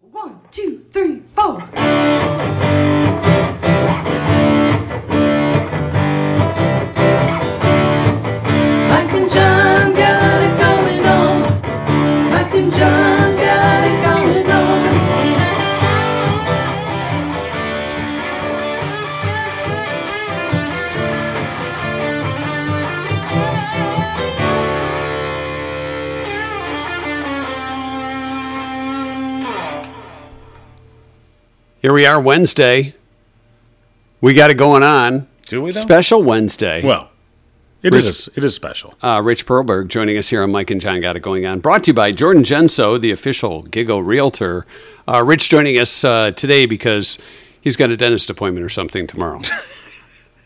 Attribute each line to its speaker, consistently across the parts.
Speaker 1: One, two, three, four. Mike and John got it going on. Mike and John got it going on.
Speaker 2: Here we are Wednesday. We got it going on.
Speaker 3: Do we? Though?
Speaker 2: Special Wednesday.
Speaker 3: Well, it is. It is special.
Speaker 2: Uh, Rich Perlberg joining us here on Mike and John Got It Going On. Brought to you by Jordan Genso, the official Gigo Realtor. Uh, Rich joining us uh, today because he's got a dentist appointment or something tomorrow.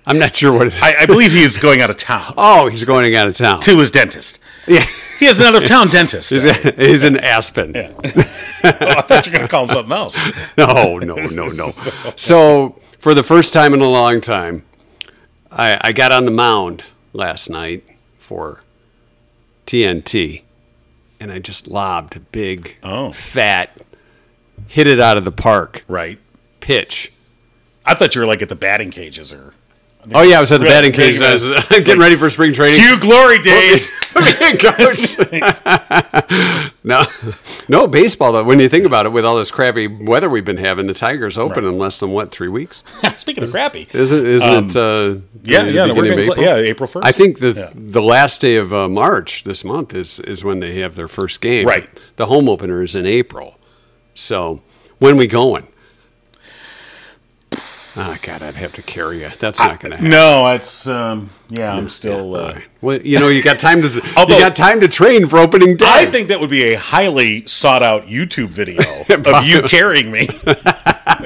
Speaker 2: I'm not sure what it is.
Speaker 3: I, I believe he's going out of town
Speaker 2: Oh, he's going out of town.
Speaker 3: to his dentist.
Speaker 2: Yeah.
Speaker 3: He has an out of town dentist.
Speaker 2: He's, he's in Aspen.
Speaker 3: Oh, I thought you were going to call him something else.
Speaker 2: No, no, no, no. So, for the first time in a long time, I, I got on the mound last night for TNT and I just lobbed a big,
Speaker 3: Oh.
Speaker 2: fat, hit it out of the park
Speaker 3: Right.
Speaker 2: pitch.
Speaker 3: I thought you were like at the batting cages or
Speaker 2: Oh, yeah, I was at the
Speaker 3: Yeah,
Speaker 2: batting
Speaker 3: there you
Speaker 2: cage. and I was
Speaker 3: go.
Speaker 2: getting ready for spring training.
Speaker 3: Hugh Glory days.
Speaker 2: Coach. no, no baseball though. When you think about it, with all this crappy weather we've been having, the Tigers open in less than what three weeks?
Speaker 3: Speaking of crappy,
Speaker 2: Isn't isn't it? Uh,
Speaker 3: Um, yeah,
Speaker 2: the
Speaker 3: yeah, no, we're
Speaker 2: beginning of
Speaker 3: gonna play-
Speaker 2: April?
Speaker 3: yeah, April 1st.
Speaker 2: I think the
Speaker 3: Yeah.
Speaker 2: the last day of uh, March this month is is when they have their first game.
Speaker 3: Right.
Speaker 2: The home opener is in April. So when we going? Oh God, I'd have to carry you. That's not going to happen.
Speaker 3: no, it's um, yeah. I'm still.
Speaker 2: All
Speaker 3: Uh,
Speaker 2: right. Well, you know, you got time to
Speaker 3: Although-
Speaker 2: you got time to train for opening day.
Speaker 3: I think that would be a highly sought out YouTube video of you carrying me.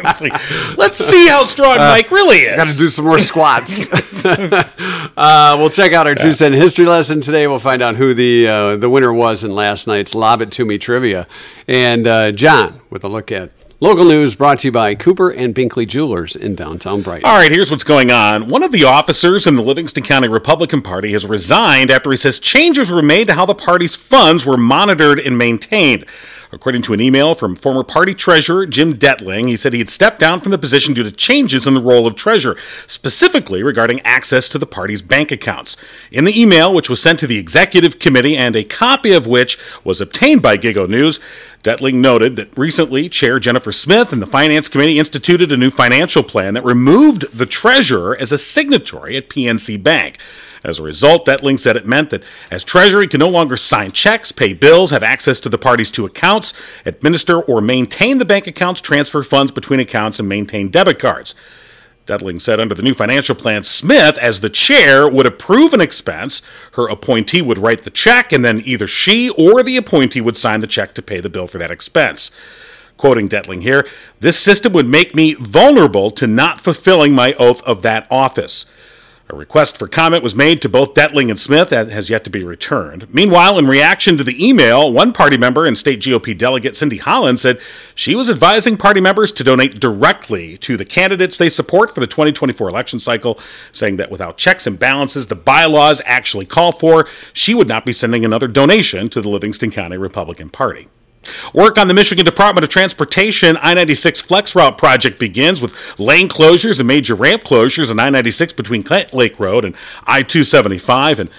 Speaker 3: It's like, Let's see how strong Mike really is.
Speaker 2: Got to do some more squats. uh, we'll check out our two cent history lesson today. We'll find out who the uh, the winner was in last night's Lob It To Me trivia, and uh, John with a look at local news brought to you by Cooper and Binkley Jewelers in downtown Brighton.
Speaker 3: All right, here's what's going on. One of the officers in the Livingston County Republican Party has resigned after he says changes were made to how the party's funds were monitored and maintained. According to an email from former party treasurer Jim Detling, he said he had stepped down from the position due to changes in the role of treasurer, specifically regarding access to the party's bank accounts. In the email, which was sent to the executive committee and a copy of which was obtained by Gigo News, Detling noted that recently Chair Jennifer Smith and the Finance Committee instituted a new financial plan that removed the treasurer as a signatory at PNC Bank. As a result, Detling said it meant that as treasurer, he can no longer sign checks, pay bills, have access to the party's two accounts, administer or maintain the bank accounts, transfer funds between accounts, and maintain debit cards. Detling said under the new financial plan, Smith, as the chair, would approve an expense. Her appointee would write the check, and then either she or the appointee would sign the check to pay the bill for that expense. Quoting Detling here, this system would make me vulnerable to not fulfilling my oath of that office. A request for comment was made to both Detling and Smith that has yet to be returned. Meanwhile, in reaction to the email, one party member and state GOP delegate Cindy Holland said she was advising party members to donate directly to the candidates they support for the 2024 election cycle, saying that without checks and balances the bylaws actually call for, she would not be sending another donation to the Livingston County Republican Party. Work on the Michigan Department of Transportation I 96 Flex Route project begins with lane closures and major ramp closures on I 96 between Clant Lake Road and I 275. And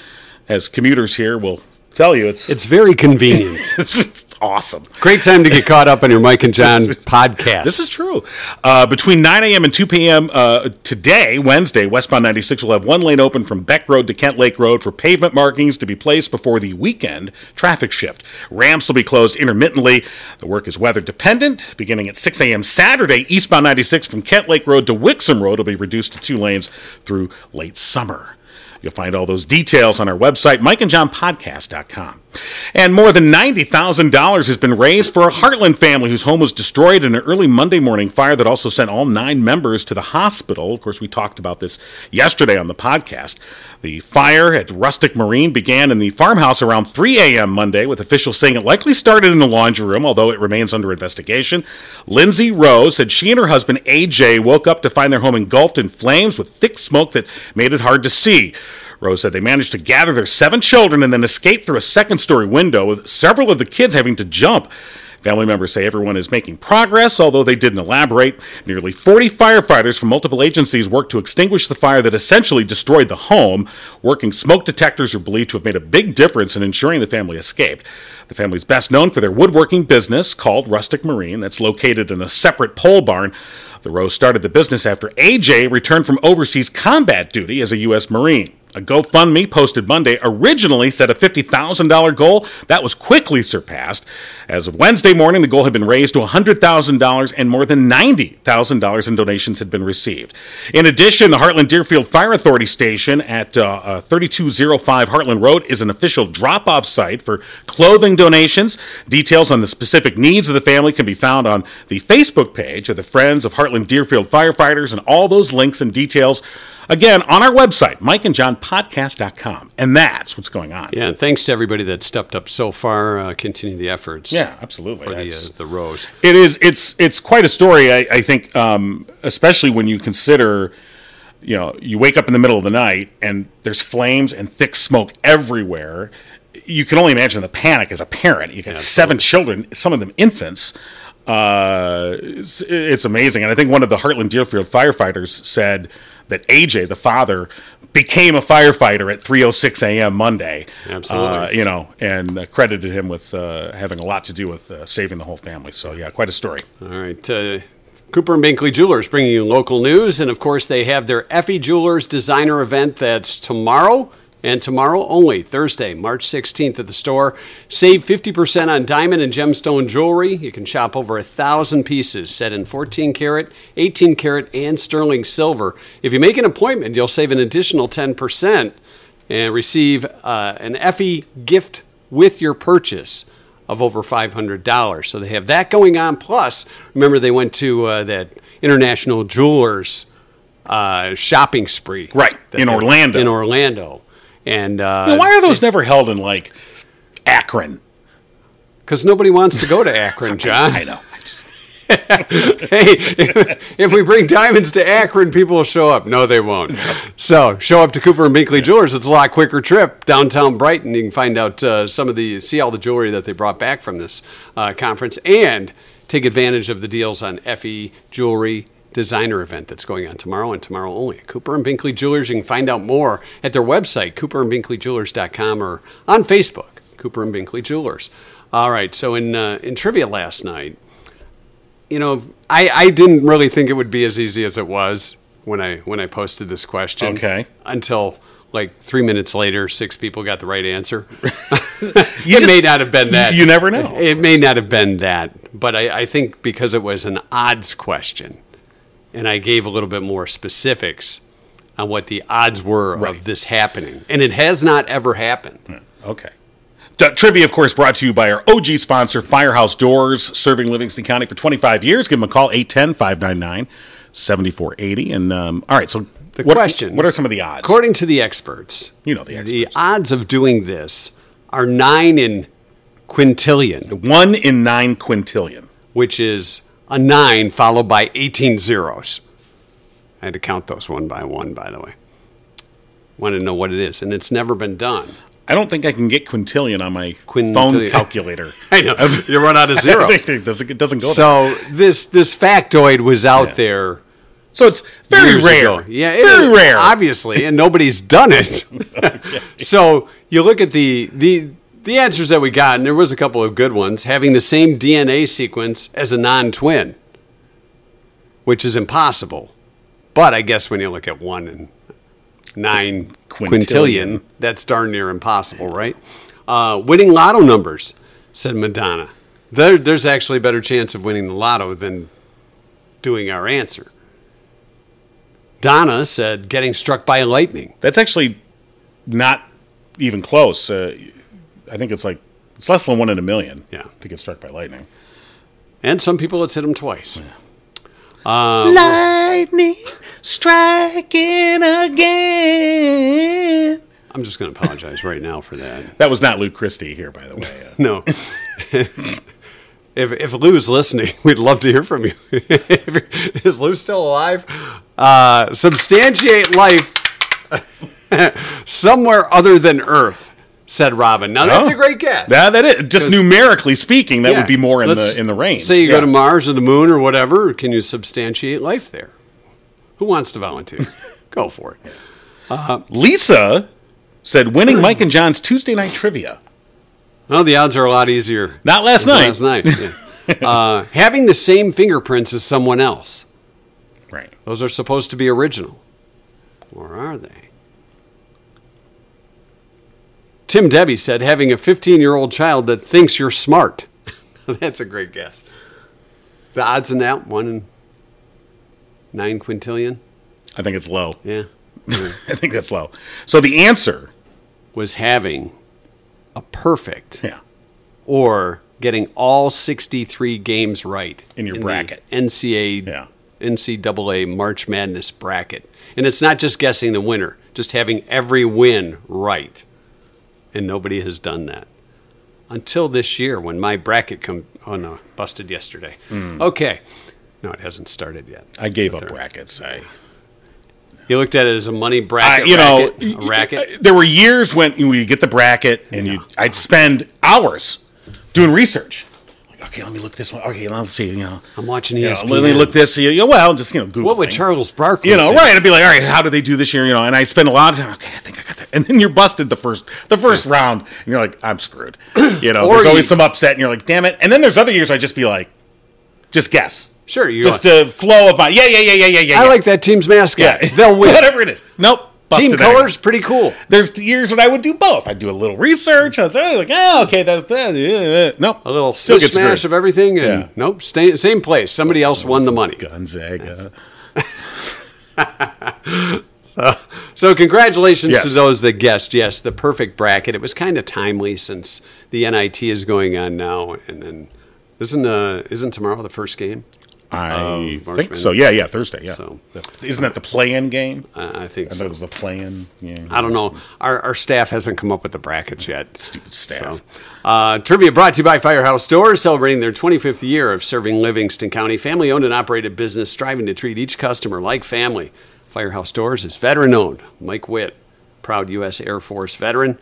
Speaker 3: as commuters here will tell you, it's, it's,
Speaker 2: It's very convenient.
Speaker 3: it's awesome.
Speaker 2: Great time to get caught up on your Mike and John podcast.
Speaker 3: This is true. Uh, between 9 a.m. and 2 p.m. Uh, today, Wednesday, westbound 96 will have one lane open from Beck Road to Kent Lake Road for pavement markings to be placed before the weekend traffic shift. Ramps will be closed intermittently. The work is weather dependent. Beginning at 6 a.m. Saturday, eastbound 96 from Kent Lake Road to Wixom Road will be reduced to two lanes through late summer. You'll find all those details on our website, mikeandjohnpodcast.com. And more than $90,000 has been raised for a Heartland family whose home was destroyed in an early Monday morning fire that also sent all nine members to the hospital. Of course, we talked about this yesterday on the podcast. The fire at Rustic Marine began in the farmhouse around 3 a.m. Monday, with officials saying it likely started in the laundry room, although it remains under investigation. Lindsay Rose said she and her husband, AJ, woke up to find their home engulfed in flames with thick smoke that made it hard to see. Rose said they managed to gather their seven children and then escape through a second story window, with several of the kids having to jump. Family members say everyone is making progress, although they didn't elaborate. Nearly 40 firefighters from multiple agencies worked to extinguish the fire that essentially destroyed the home. Working smoke detectors are believed to have made a big difference in ensuring the family escaped. The family is best known for their woodworking business called Rustic Marine, that's located in a separate pole barn. The Rose started the business after AJ returned from overseas combat duty as a U.S. Marine. A GoFundMe posted Monday originally set a $50,000 goal that was quickly surpassed. As of Wednesday morning, the goal had been raised to $100,000 and more than $90,000 in donations had been received. In addition, the Heartland Deerfield Fire Authority Station at uh, uh, 3205 Heartland Road is an official drop off site for clothing donations. Details on the specific needs of the family can be found on the Facebook page of the Friends of Heartland Deerfield Firefighters, and all those links and details again on our website mikeandjohnpodcast.com and that's what's going on
Speaker 2: Yeah, and thanks to everybody that stepped up so far, uh, continue the efforts.
Speaker 3: Yeah, absolutely
Speaker 2: For the,
Speaker 3: That's-
Speaker 2: uh, the Rose.
Speaker 3: it is it's it's quite a story i, I think um, especially when you consider you know you wake up in the middle of the night and there's flames and thick smoke everywhere you can only imagine the panic as a parent you got seven children some of them infants uh, it's, it's amazing and i think one of the heartland deerfield firefighters said that aj the father became a firefighter at 3.06 a.m monday
Speaker 2: Absolutely.
Speaker 3: Uh, you know, and uh, credited him with uh, having a lot to do with uh, saving the whole family. So, yeah, quite a story.
Speaker 2: All right. Uh, Cooper and Binkley Jewelers bringing you local news. And of course, they have their Effie Jewelers designer event that's tomorrow and tomorrow only, Thursday, March 16th at the store. Save 50% on diamond and gemstone jewelry. You can shop over a thousand pieces set in 14 karat, 18 karat, and sterling silver. If you make an appointment, you'll save an additional 10% and receive uh, an Effie gift with your purchase of over $500. So they have that going on. Plus, remember they went to uh, that International Jewelers uh, shopping spree,
Speaker 3: Right,
Speaker 2: that
Speaker 3: in
Speaker 2: they-
Speaker 3: Orlando.
Speaker 2: In Orlando, and uh,
Speaker 3: Now, why
Speaker 2: because
Speaker 3: are those never held in, like, Akron?
Speaker 2: nobody wants to go to Akron, John.
Speaker 3: I know. I just-
Speaker 2: hey, if, if we bring diamonds to Akron, people will show up. No, they won't. So show up to Cooper and Binkley Jewelers. It's a lot quicker trip downtown Brighton. You can find out uh, some of the see all the jewelry that they brought back from this uh, conference and take advantage of the deals on Fe Jewelry designer event that's going on tomorrow and tomorrow only at Cooper and Binkley Jewelers. You can find out more at their website, cooperandbinkleyjewelers.com or on Facebook, Cooper and Binkley Jewelers. All right, so in uh, in trivia last night, you know, I, I didn't really think it would be as easy as it was when I when I posted this question.
Speaker 3: Okay.
Speaker 2: Until like three minutes later, six people got the right answer. it
Speaker 3: just-
Speaker 2: may not have been that.
Speaker 3: you never know.
Speaker 2: It may not have been that, but I, I think because it was an odds question, and I gave a little bit more specifics on what the odds were
Speaker 3: Right. Hmm.
Speaker 2: of this happening, and it has not ever happened.
Speaker 3: Okay. D- Trivia, of course, brought to you by our OG sponsor, Firehouse Doors, serving Livingston County for 25 years. Give them a call, 810 599 7480. And, um, all right, so
Speaker 2: The
Speaker 3: what,
Speaker 2: question-
Speaker 3: What are some of the odds?
Speaker 2: According to the experts,
Speaker 3: You know the
Speaker 2: the
Speaker 3: experts.
Speaker 2: odds of doing this are nine in quintillion,
Speaker 3: One in nine quintillion.
Speaker 2: which is a nine followed by 18 zeros. I had to count those one by one, by the way. Want to know what it is, and it's never been done.
Speaker 3: I don't think I can get quintillion on my phone
Speaker 2: Quintillion.
Speaker 3: calculator.
Speaker 2: I know you run out of
Speaker 3: Zero.
Speaker 2: zeros.
Speaker 3: it doesn't, it doesn't go so,
Speaker 2: So this this factoid was out there
Speaker 3: so it's very
Speaker 2: years
Speaker 3: rare.
Speaker 2: ago. Yeah, it-
Speaker 3: very rare.
Speaker 2: Obviously, and nobody's done it. so you look at the the the answers that we got, and there was a couple of good ones. Having the same DNA sequence as a non-twin, which is impossible. But I guess when you look at one and nine
Speaker 3: Quintillion.
Speaker 2: quintillion, that's darn near impossible, right? Uh, winning lotto numbers, said Madonna. There, there's actually a better chance of winning the lotto than doing our answer. Donna said getting struck by lightning.
Speaker 3: That's actually not even close. Uh, I think it's like it's less than one in a million.
Speaker 2: Yeah.
Speaker 3: to get struck by lightning.
Speaker 2: And some people, it's hit them twice.
Speaker 3: Lightning striking again.
Speaker 2: I'm just going to apologize right now for that.
Speaker 3: That was not Luke Christie here, by the way. Uh,
Speaker 2: No. if, if Lou's listening, we'd love to hear from you. If- Is Lou still alive? Uh, substantiate life somewhere other than Earth. said Robin. Now, that's
Speaker 3: Oh.
Speaker 2: a great guess.
Speaker 3: That, that is just numerically speaking, that
Speaker 2: Yeah.
Speaker 3: would be more in
Speaker 2: Let's
Speaker 3: the in the range.
Speaker 2: Say you
Speaker 3: Yeah.
Speaker 2: go to Mars or the moon or whatever. Can you substantiate life there? Who wants to volunteer? go for it.
Speaker 3: Lisa said winning Mike and John's Tuesday night trivia.
Speaker 2: Well, the odds are a lot easier.
Speaker 3: Not last night.
Speaker 2: Last night. yeah. uh, having the same fingerprints as someone else.
Speaker 3: Right.
Speaker 2: Those are supposed to be original. Or are they? Tim Debbie said having a 15 year old child that thinks you're smart. That's a great guess. The odds in that one in nine quintillion.
Speaker 3: I think it's low.
Speaker 2: Yeah.
Speaker 3: I think that's low. So the answer,
Speaker 2: Was having a perfect
Speaker 3: yeah,
Speaker 2: or getting all 63 games right
Speaker 3: In your
Speaker 2: the
Speaker 3: bracket.
Speaker 2: NCAA,
Speaker 3: Yeah.
Speaker 2: NCAA March Madness bracket. And it's not just guessing the winner, just having every win right. And nobody has done that. Until this year when my bracket come oh no, busted yesterday. Okay. No, it hasn't started yet.
Speaker 3: Hmm. I gave up brackets. I,
Speaker 2: You looked at it as a money
Speaker 3: I
Speaker 2: bracket,
Speaker 3: you know,
Speaker 2: racket,
Speaker 3: y-
Speaker 2: a racket.
Speaker 3: y- there were years when you get the bracket and you, I'd spend hours doing research. Like, okay, let me look this one. Okay, let's see. You know,
Speaker 2: I'm watching E
Speaker 3: you know,
Speaker 2: ESPN.
Speaker 3: let me look this. You know, well, just you know, Google.
Speaker 2: what would Charles Barkley
Speaker 3: you know,
Speaker 2: think?
Speaker 3: right? I'd be like, all right, how did they do this year? You know, and I spend a lot of time. Okay, I think I got that. And then you're busted the first the first round, and you're like, I'm screwed. You know,
Speaker 2: Or
Speaker 3: there's
Speaker 2: you-
Speaker 3: always some upset, and you're like, damn it. And then there's other years I just be like, just guess,
Speaker 2: Sure, you
Speaker 3: just a flow of my yeah, yeah, yeah, yeah, yeah, yeah.
Speaker 2: I
Speaker 3: yeah.
Speaker 2: like that team's mascot.
Speaker 3: yeah,
Speaker 2: They'll win.
Speaker 3: whatever it is. Nope, busted
Speaker 2: Team
Speaker 3: anyway.
Speaker 2: colors, pretty cool.
Speaker 3: There's years when I would do both. I'd do a little research. I was like, oh, okay, that's that. yeah, yeah, yeah. Nope,
Speaker 2: A little
Speaker 3: Still
Speaker 2: still
Speaker 3: get
Speaker 2: smash
Speaker 3: screwed.
Speaker 2: of everything, and
Speaker 3: Yeah.
Speaker 2: nope, stay, same place. Somebody else won the money.
Speaker 3: Gonzaga.
Speaker 2: So congratulations to
Speaker 3: Yes.
Speaker 2: those that guessed. Yes, the perfect bracket. It was kind of timely since the NIT is going on now, and then isn't uh, isn't tomorrow the first game?
Speaker 3: I
Speaker 2: March
Speaker 3: think
Speaker 2: Madness.
Speaker 3: so. Yeah, yeah, Thursday. Yeah,
Speaker 2: Um, So-
Speaker 3: isn't that the play-in game?
Speaker 2: I, I think
Speaker 3: I
Speaker 2: so.
Speaker 3: thought it was the plan. Yeah.
Speaker 2: I don't know. Our, our staff hasn't come up with the brackets yet.
Speaker 3: Stupid staff.
Speaker 2: So, uh, trivia brought to you by Firehouse Doors, celebrating their 25th year of serving Livingston County. Family owned and operated business, striving to treat each customer like family. Firehouse Doors is veteran owned. Mike Witt, proud U.S. Air Force veteran.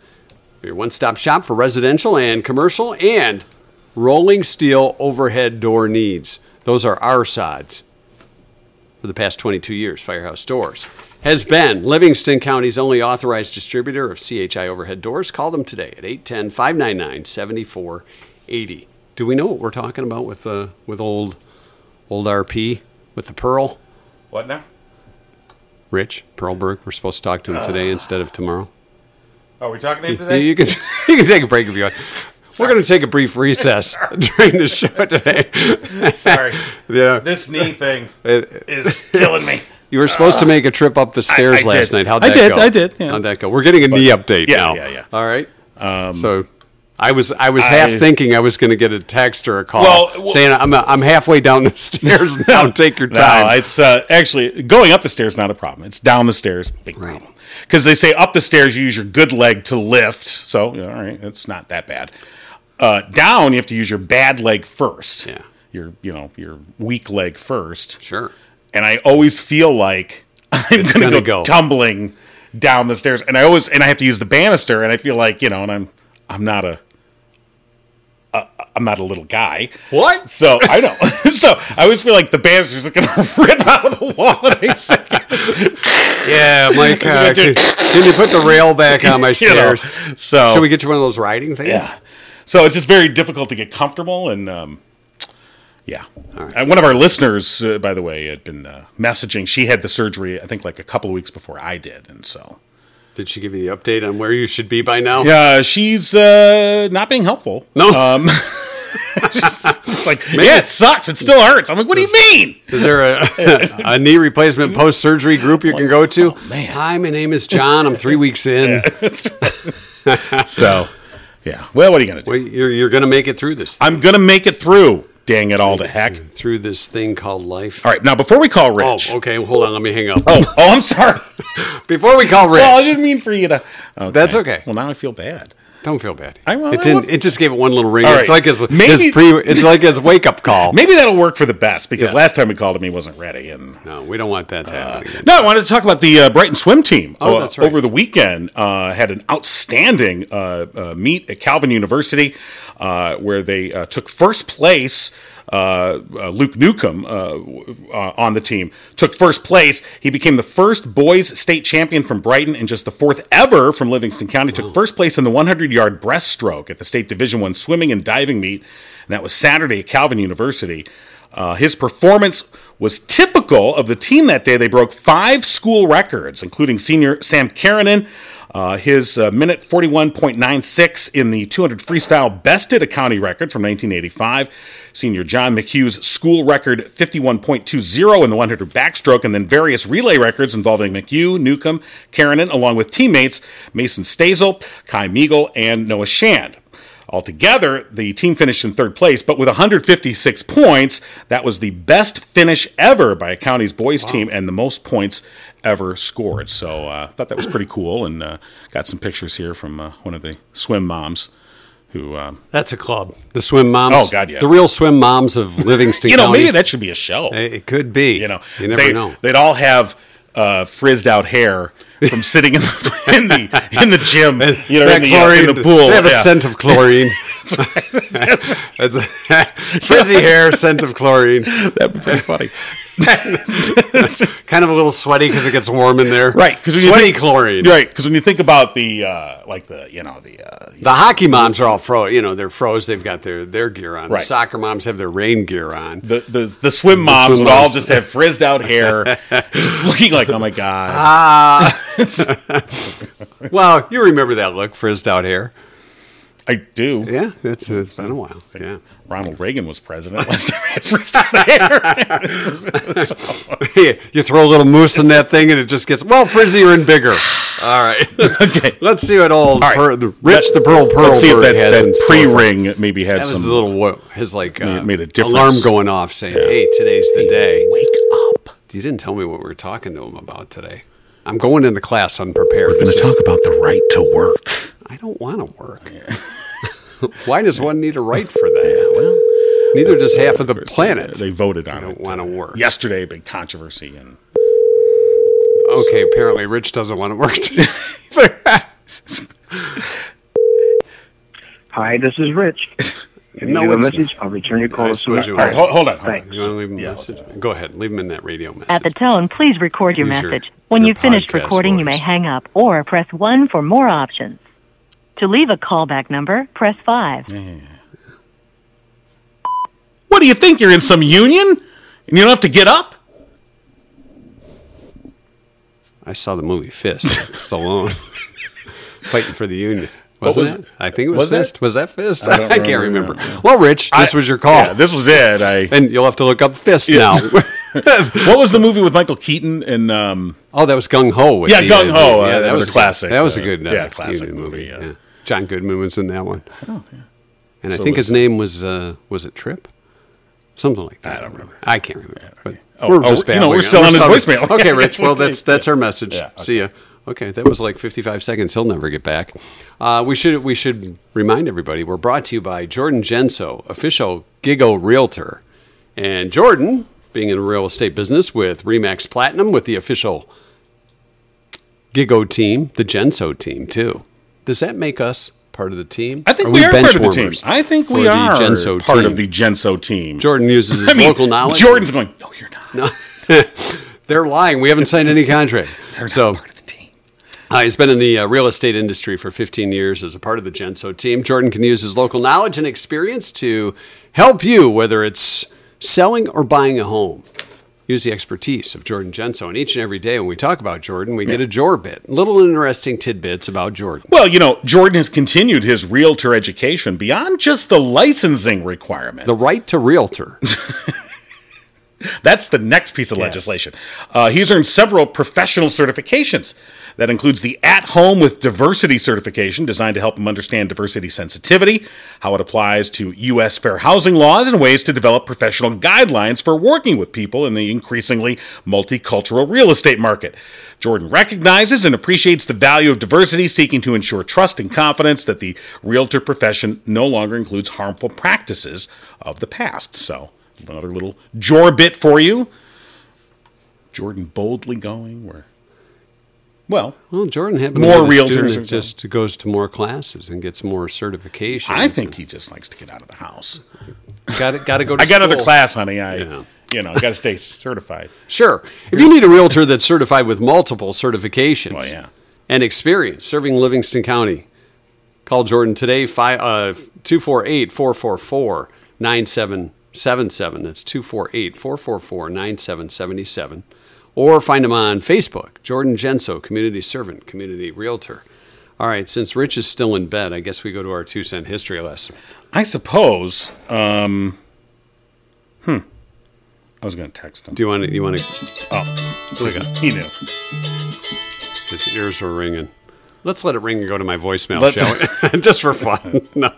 Speaker 2: Your one stop shop for residential and commercial and rolling steel overhead door needs. Those are our sides for the past 22 years, Firehouse Doors has been Livingston County's only authorized distributor of CHI overhead doors. Call them today at 810 599 7480. Do we know what we're talking about with, uh, with old, old RP, with the Pearl?
Speaker 3: What now?
Speaker 2: Rich Pearlberg, we're supposed to talk to him today instead of tomorrow.
Speaker 3: Are we Oh, talking to him
Speaker 2: Yeah, You can you can take a break if you want. We're going to take a brief recess during the show today.
Speaker 3: Sorry.
Speaker 2: yeah,
Speaker 3: This knee thing
Speaker 2: It-
Speaker 3: is killing me.
Speaker 2: you were supposed to make a trip up the stairs
Speaker 3: Uh, I
Speaker 2: last
Speaker 3: did.
Speaker 2: night. How'd
Speaker 3: I
Speaker 2: that
Speaker 3: did,
Speaker 2: go?
Speaker 3: I did, yeah.
Speaker 2: How'd that go? We're getting a knee update
Speaker 3: yeah,
Speaker 2: now.
Speaker 3: yeah, yeah. Um,
Speaker 2: All right. so I was I was half
Speaker 3: I-
Speaker 2: thinking I was going to get a text or a call
Speaker 3: Well, w-
Speaker 2: saying I'm I'm halfway down the stairs now. Take your time.
Speaker 3: No, it's uh, actually going up the stairs not a problem. It's down the stairs big problem because they say up the stairs you use your good leg to lift. So yeah, all right, it's not that bad. Uh, down you have to use your bad leg first.
Speaker 2: Yeah.
Speaker 3: Your you know your weak leg first.
Speaker 2: sure.
Speaker 3: and I always feel like I'm gonna,
Speaker 2: gonna
Speaker 3: go,
Speaker 2: go.
Speaker 3: tumbling down the stairs, and I always and I have to use the banister, and I feel like you know, and I'm I'm not a, a I'm not a little guy.
Speaker 2: What?
Speaker 3: So I know. so I always feel like the banister's gonna rip out of the wall in a second.
Speaker 2: Yeah, Mike. Uh,
Speaker 3: do.
Speaker 2: can, can you put the rail back on my
Speaker 3: you know.
Speaker 2: stairs?
Speaker 3: So
Speaker 2: Should we get you one of those riding things?
Speaker 3: yeah. So it's just very difficult to get comfortable, and um, yeah. And one of our listeners, uh, by the way, had been uh, messaging. She had the surgery, I think, like a couple of weeks before I did, and so.
Speaker 2: Did she give you the update on where you should be by now?
Speaker 3: Yeah, she's uh, not being helpful.
Speaker 2: No.
Speaker 3: Um, she's, she's like, yeah, it sucks. It still hurts. I'm like, what do you mean?
Speaker 2: Is there a, a knee replacement post surgery group you can go to?
Speaker 3: Oh, man.
Speaker 2: Hi, my name is John. I'm three weeks in.
Speaker 3: So, yeah. Well, what are you gonna do?
Speaker 2: Well, you're you're going to make it through this
Speaker 3: I'm gonna make it through. Dang it all to heck!
Speaker 2: through this thing called life.
Speaker 3: All right, now before we call
Speaker 2: Oh,
Speaker 3: Rich.
Speaker 2: okay. well, Hold on. Let me hang up.
Speaker 3: Oh, oh, I'm sorry.
Speaker 2: Before we call Rich,
Speaker 3: Well, I didn't mean for you to.
Speaker 2: That's okay.
Speaker 3: Well, now I feel bad.
Speaker 2: Don't feel bad.
Speaker 3: I- well,
Speaker 2: it
Speaker 3: I
Speaker 2: didn't.
Speaker 3: would-
Speaker 2: It just gave it one little ring.
Speaker 3: All
Speaker 2: It's
Speaker 3: right.
Speaker 2: like his,
Speaker 3: Maybe-
Speaker 2: his pre. It's like his wake up call.
Speaker 3: Maybe that'll work for the best because last time we called him, he wasn't ready. And
Speaker 2: No, we don't want that to happen. again.
Speaker 3: no, I wanted to talk about the uh, Brighton swim team.
Speaker 2: Oh,
Speaker 3: Uh,
Speaker 2: that's right.
Speaker 3: Over the weekend, uh, had an outstanding uh, uh, meet at Calvin University, uh, where they uh, took first place. Uh, uh, Luke Newcomb uh, w- uh, on the team took first place. He became the first boys state champion from Brighton and just the fourth ever from Livingston County. Took first place in the 100-yard breaststroke at the state Division One swimming and diving meet, and that was Saturday at Calvin University. Uh, his performance was typical of the team that day. They broke five school records, including senior Sam Karenin. Uh, his uh, minute 41.96 in the 200 freestyle bested a county record from 1985. Senior John McHugh's school record 51.20 in the 100 backstroke, and then various relay records involving McHugh, Newcomb, Karenin, along with teammates Mason Stazel, Kai Meagle, and Noah Shand. Altogether, the team finished in third place, but with 156 points, that was the best finish ever by a county's boys team and the most points ever scored. So uh, I thought that was pretty cool, and uh, got some pictures here from uh, one of the swim moms who, um,
Speaker 2: That's a club. The swim moms.
Speaker 3: Oh, God, yeah.
Speaker 2: The real swim moms of Livingston.
Speaker 3: you know,
Speaker 2: County.
Speaker 3: maybe that should be a show.
Speaker 2: it could be.
Speaker 3: You know,
Speaker 2: you never
Speaker 3: they,
Speaker 2: know.
Speaker 3: They'd all have uh, frizzed out hair from sitting in the in the, in the gym, you know,
Speaker 2: That
Speaker 3: in the, uh, in the pool.
Speaker 2: They have
Speaker 3: Yeah.
Speaker 2: a scent of chlorine.
Speaker 3: That's right.
Speaker 2: It's frizzy hair, scent of chlorine.
Speaker 3: That'd be pretty funny.
Speaker 2: Kind of a little sweaty because it gets warm in there.
Speaker 3: Right, because
Speaker 2: Sweaty chlorine.
Speaker 3: Right, because when you think about the uh, like the you know the uh,
Speaker 2: The hockey moms are all fro. You know, they're froze. They've got their their gear on.
Speaker 3: Right.
Speaker 2: The soccer moms have their rain gear on.
Speaker 3: the the, the swim moms
Speaker 2: swim
Speaker 3: would all
Speaker 2: moms.
Speaker 3: just have frizzed out hair, just looking like oh my god.
Speaker 2: Well, you remember that look, frizzed out hair.
Speaker 3: I do.
Speaker 2: Yeah, it's it's been a while. Yeah,
Speaker 3: Ronald Reagan was president last time I had frizzed out hair. So,
Speaker 2: you throw a little moose in that thing, and it just gets well frizzier and bigger. All right,
Speaker 3: okay.
Speaker 2: let's see what old
Speaker 3: All right.
Speaker 2: per, the Rich the Pearl Pearl
Speaker 3: Let's see if that,
Speaker 2: has in
Speaker 3: that
Speaker 2: store
Speaker 3: pre
Speaker 2: for us.
Speaker 3: ring maybe had
Speaker 2: That was
Speaker 3: some
Speaker 2: his little wo- his like uh,
Speaker 3: made a difference.
Speaker 2: alarm going off saying, "Hey, today's the day."
Speaker 3: wake up.
Speaker 2: You didn't tell me what we were talking to him about today. I'm going into class unprepared.
Speaker 3: We're going
Speaker 2: This
Speaker 3: to
Speaker 2: is-
Speaker 3: talk about the right to work.
Speaker 2: I don't want to work. Why does one need a right for that?
Speaker 3: Well,
Speaker 2: Neither does half of the planet.
Speaker 3: they voted on
Speaker 2: don't
Speaker 3: it.
Speaker 2: wanna
Speaker 3: uh,
Speaker 2: work.
Speaker 3: Yesterday, big controversy and.
Speaker 2: Okay, apparently Rich doesn't want to work. today.
Speaker 4: Hi, this is Rich. If you
Speaker 2: No,
Speaker 4: leave a
Speaker 2: it's
Speaker 4: message, I'll return your call
Speaker 2: I
Speaker 4: as
Speaker 2: suppose
Speaker 4: soon as
Speaker 2: you
Speaker 4: I
Speaker 3: All right, hold, hold on. Hold on.
Speaker 4: Thanks.
Speaker 2: You want to leave him a message? Go ahead, leave him in that radio message.
Speaker 5: At the tone, please record your
Speaker 2: Use your-
Speaker 5: message. When
Speaker 2: your
Speaker 5: you've finished
Speaker 2: podcast
Speaker 5: recording, you may
Speaker 2: voice.
Speaker 5: hang up or press 1 for more options. To leave a callback number, press 5.
Speaker 3: What do you think? You're in some union and you don't have to get up?
Speaker 2: I saw the movie Fist. Stallone fighting for the union. Wasn't
Speaker 3: was-
Speaker 2: it? I think it was,
Speaker 3: was it?
Speaker 2: Fist. Was that Fist?
Speaker 3: don't
Speaker 2: I, can't
Speaker 3: remember.
Speaker 2: remember. Well, Rich, this
Speaker 3: I-
Speaker 2: was your call,
Speaker 3: Yeah, this was it. I
Speaker 2: and you'll have to look up Fist now.
Speaker 3: What was the movie with Michael Keaton and um
Speaker 2: oh, that was Gung Ho.
Speaker 3: Yeah, Gung Ho, uh,
Speaker 2: yeah, that
Speaker 3: another
Speaker 2: was a-
Speaker 3: classic,
Speaker 2: That was
Speaker 3: uh,
Speaker 2: a good, uh,
Speaker 3: yeah, classic
Speaker 2: union
Speaker 3: movie, yeah.
Speaker 2: John Goodman was in that one. Oh, yeah. And I
Speaker 3: So
Speaker 2: think
Speaker 3: was-
Speaker 2: his name was uh, was it Trip? Something like that.
Speaker 3: I don't remember.
Speaker 2: I can't remember. But
Speaker 3: Oh,
Speaker 2: we're
Speaker 3: oh,
Speaker 2: just
Speaker 3: you know,
Speaker 2: babbling.
Speaker 3: we're still on his
Speaker 2: talking-
Speaker 3: voicemail.
Speaker 2: Okay,
Speaker 3: Yeah,
Speaker 2: Rich.
Speaker 3: that's what
Speaker 2: Well,
Speaker 3: it
Speaker 2: that's
Speaker 3: is.
Speaker 2: that's our message.
Speaker 3: Yeah,
Speaker 2: See ya. Okay, that was like 55 seconds. He'll never get back. Uh, we should we should remind everybody we're brought to you by Jordan Genso, official Gigo Realtor, and Jordan being in the real estate business with Remax Platinum with the official Gigo team, the Genso team too. Does that make us part of the team?
Speaker 3: I think
Speaker 2: Are
Speaker 3: we, are
Speaker 2: bench
Speaker 3: part of the team.
Speaker 2: warmers
Speaker 3: I think
Speaker 2: for
Speaker 3: we
Speaker 2: the
Speaker 3: are
Speaker 2: Genso
Speaker 3: part
Speaker 2: team?
Speaker 3: of the Genso team.
Speaker 2: Jordan uses his
Speaker 3: I mean,
Speaker 2: local knowledge.
Speaker 3: Jordan's going, No, you're not.
Speaker 2: They're lying. We haven't signed any contract.
Speaker 3: You're
Speaker 2: so
Speaker 3: not part of the team.
Speaker 2: uh, he's been in the uh, real estate industry for 15 years as a part of the Genso team. Jordan can use his local knowledge and experience to help you, whether it's selling or buying a home. Use the expertise of Jordan Genso. And each and every day when we talk about Jordan, we get a Jor bit, little interesting tidbits about Jordan.
Speaker 3: Well, you know, Jordan has continued his realtor education beyond just the licensing requirement.
Speaker 2: The right to realtor.
Speaker 3: That's the next piece of legislation. Uh, he's earned several professional certifications. That includes the At Home with Diversity certification, designed to help him understand diversity sensitivity, how it applies to U.S. fair housing laws, and ways to develop professional guidelines for working with people in the increasingly multicultural real estate market. Jordan recognizes and appreciates the value of diversity, seeking to ensure trust and confidence that the realtor profession no longer includes harmful practices of the past. So, another little jor bit for you. Jordan boldly going where, well,
Speaker 2: Well, Jordan had
Speaker 3: More
Speaker 2: more
Speaker 3: realtors
Speaker 2: realtors that
Speaker 3: are
Speaker 2: just goes to more classes and gets more certifications.
Speaker 3: I think he just likes to get out of the house.
Speaker 2: got to got to go. To
Speaker 3: I got another
Speaker 2: school.
Speaker 3: class, honey. I,
Speaker 2: Yeah.
Speaker 3: you know, I got to stay certified.
Speaker 2: Sure, if you need a realtor that's certified with multiple certifications,
Speaker 3: Well, yeah.
Speaker 2: and experience serving Livingston County, call Jordan today. Fi uh, 248-444-9777. That's 248-444-9777. Or find him on Facebook, Jordan Genso, community servant, community realtor. All right, since Rich is still in bed, I guess we go to our two cent history lesson.
Speaker 3: I suppose. Um, hmm. I was going to text him.
Speaker 2: Do you want to? You want to?
Speaker 3: Oh, so he knew.
Speaker 2: His ears were ringing. Let's let it ring and go to my voicemail,
Speaker 3: Let's-
Speaker 2: shall we? Just for fun. No.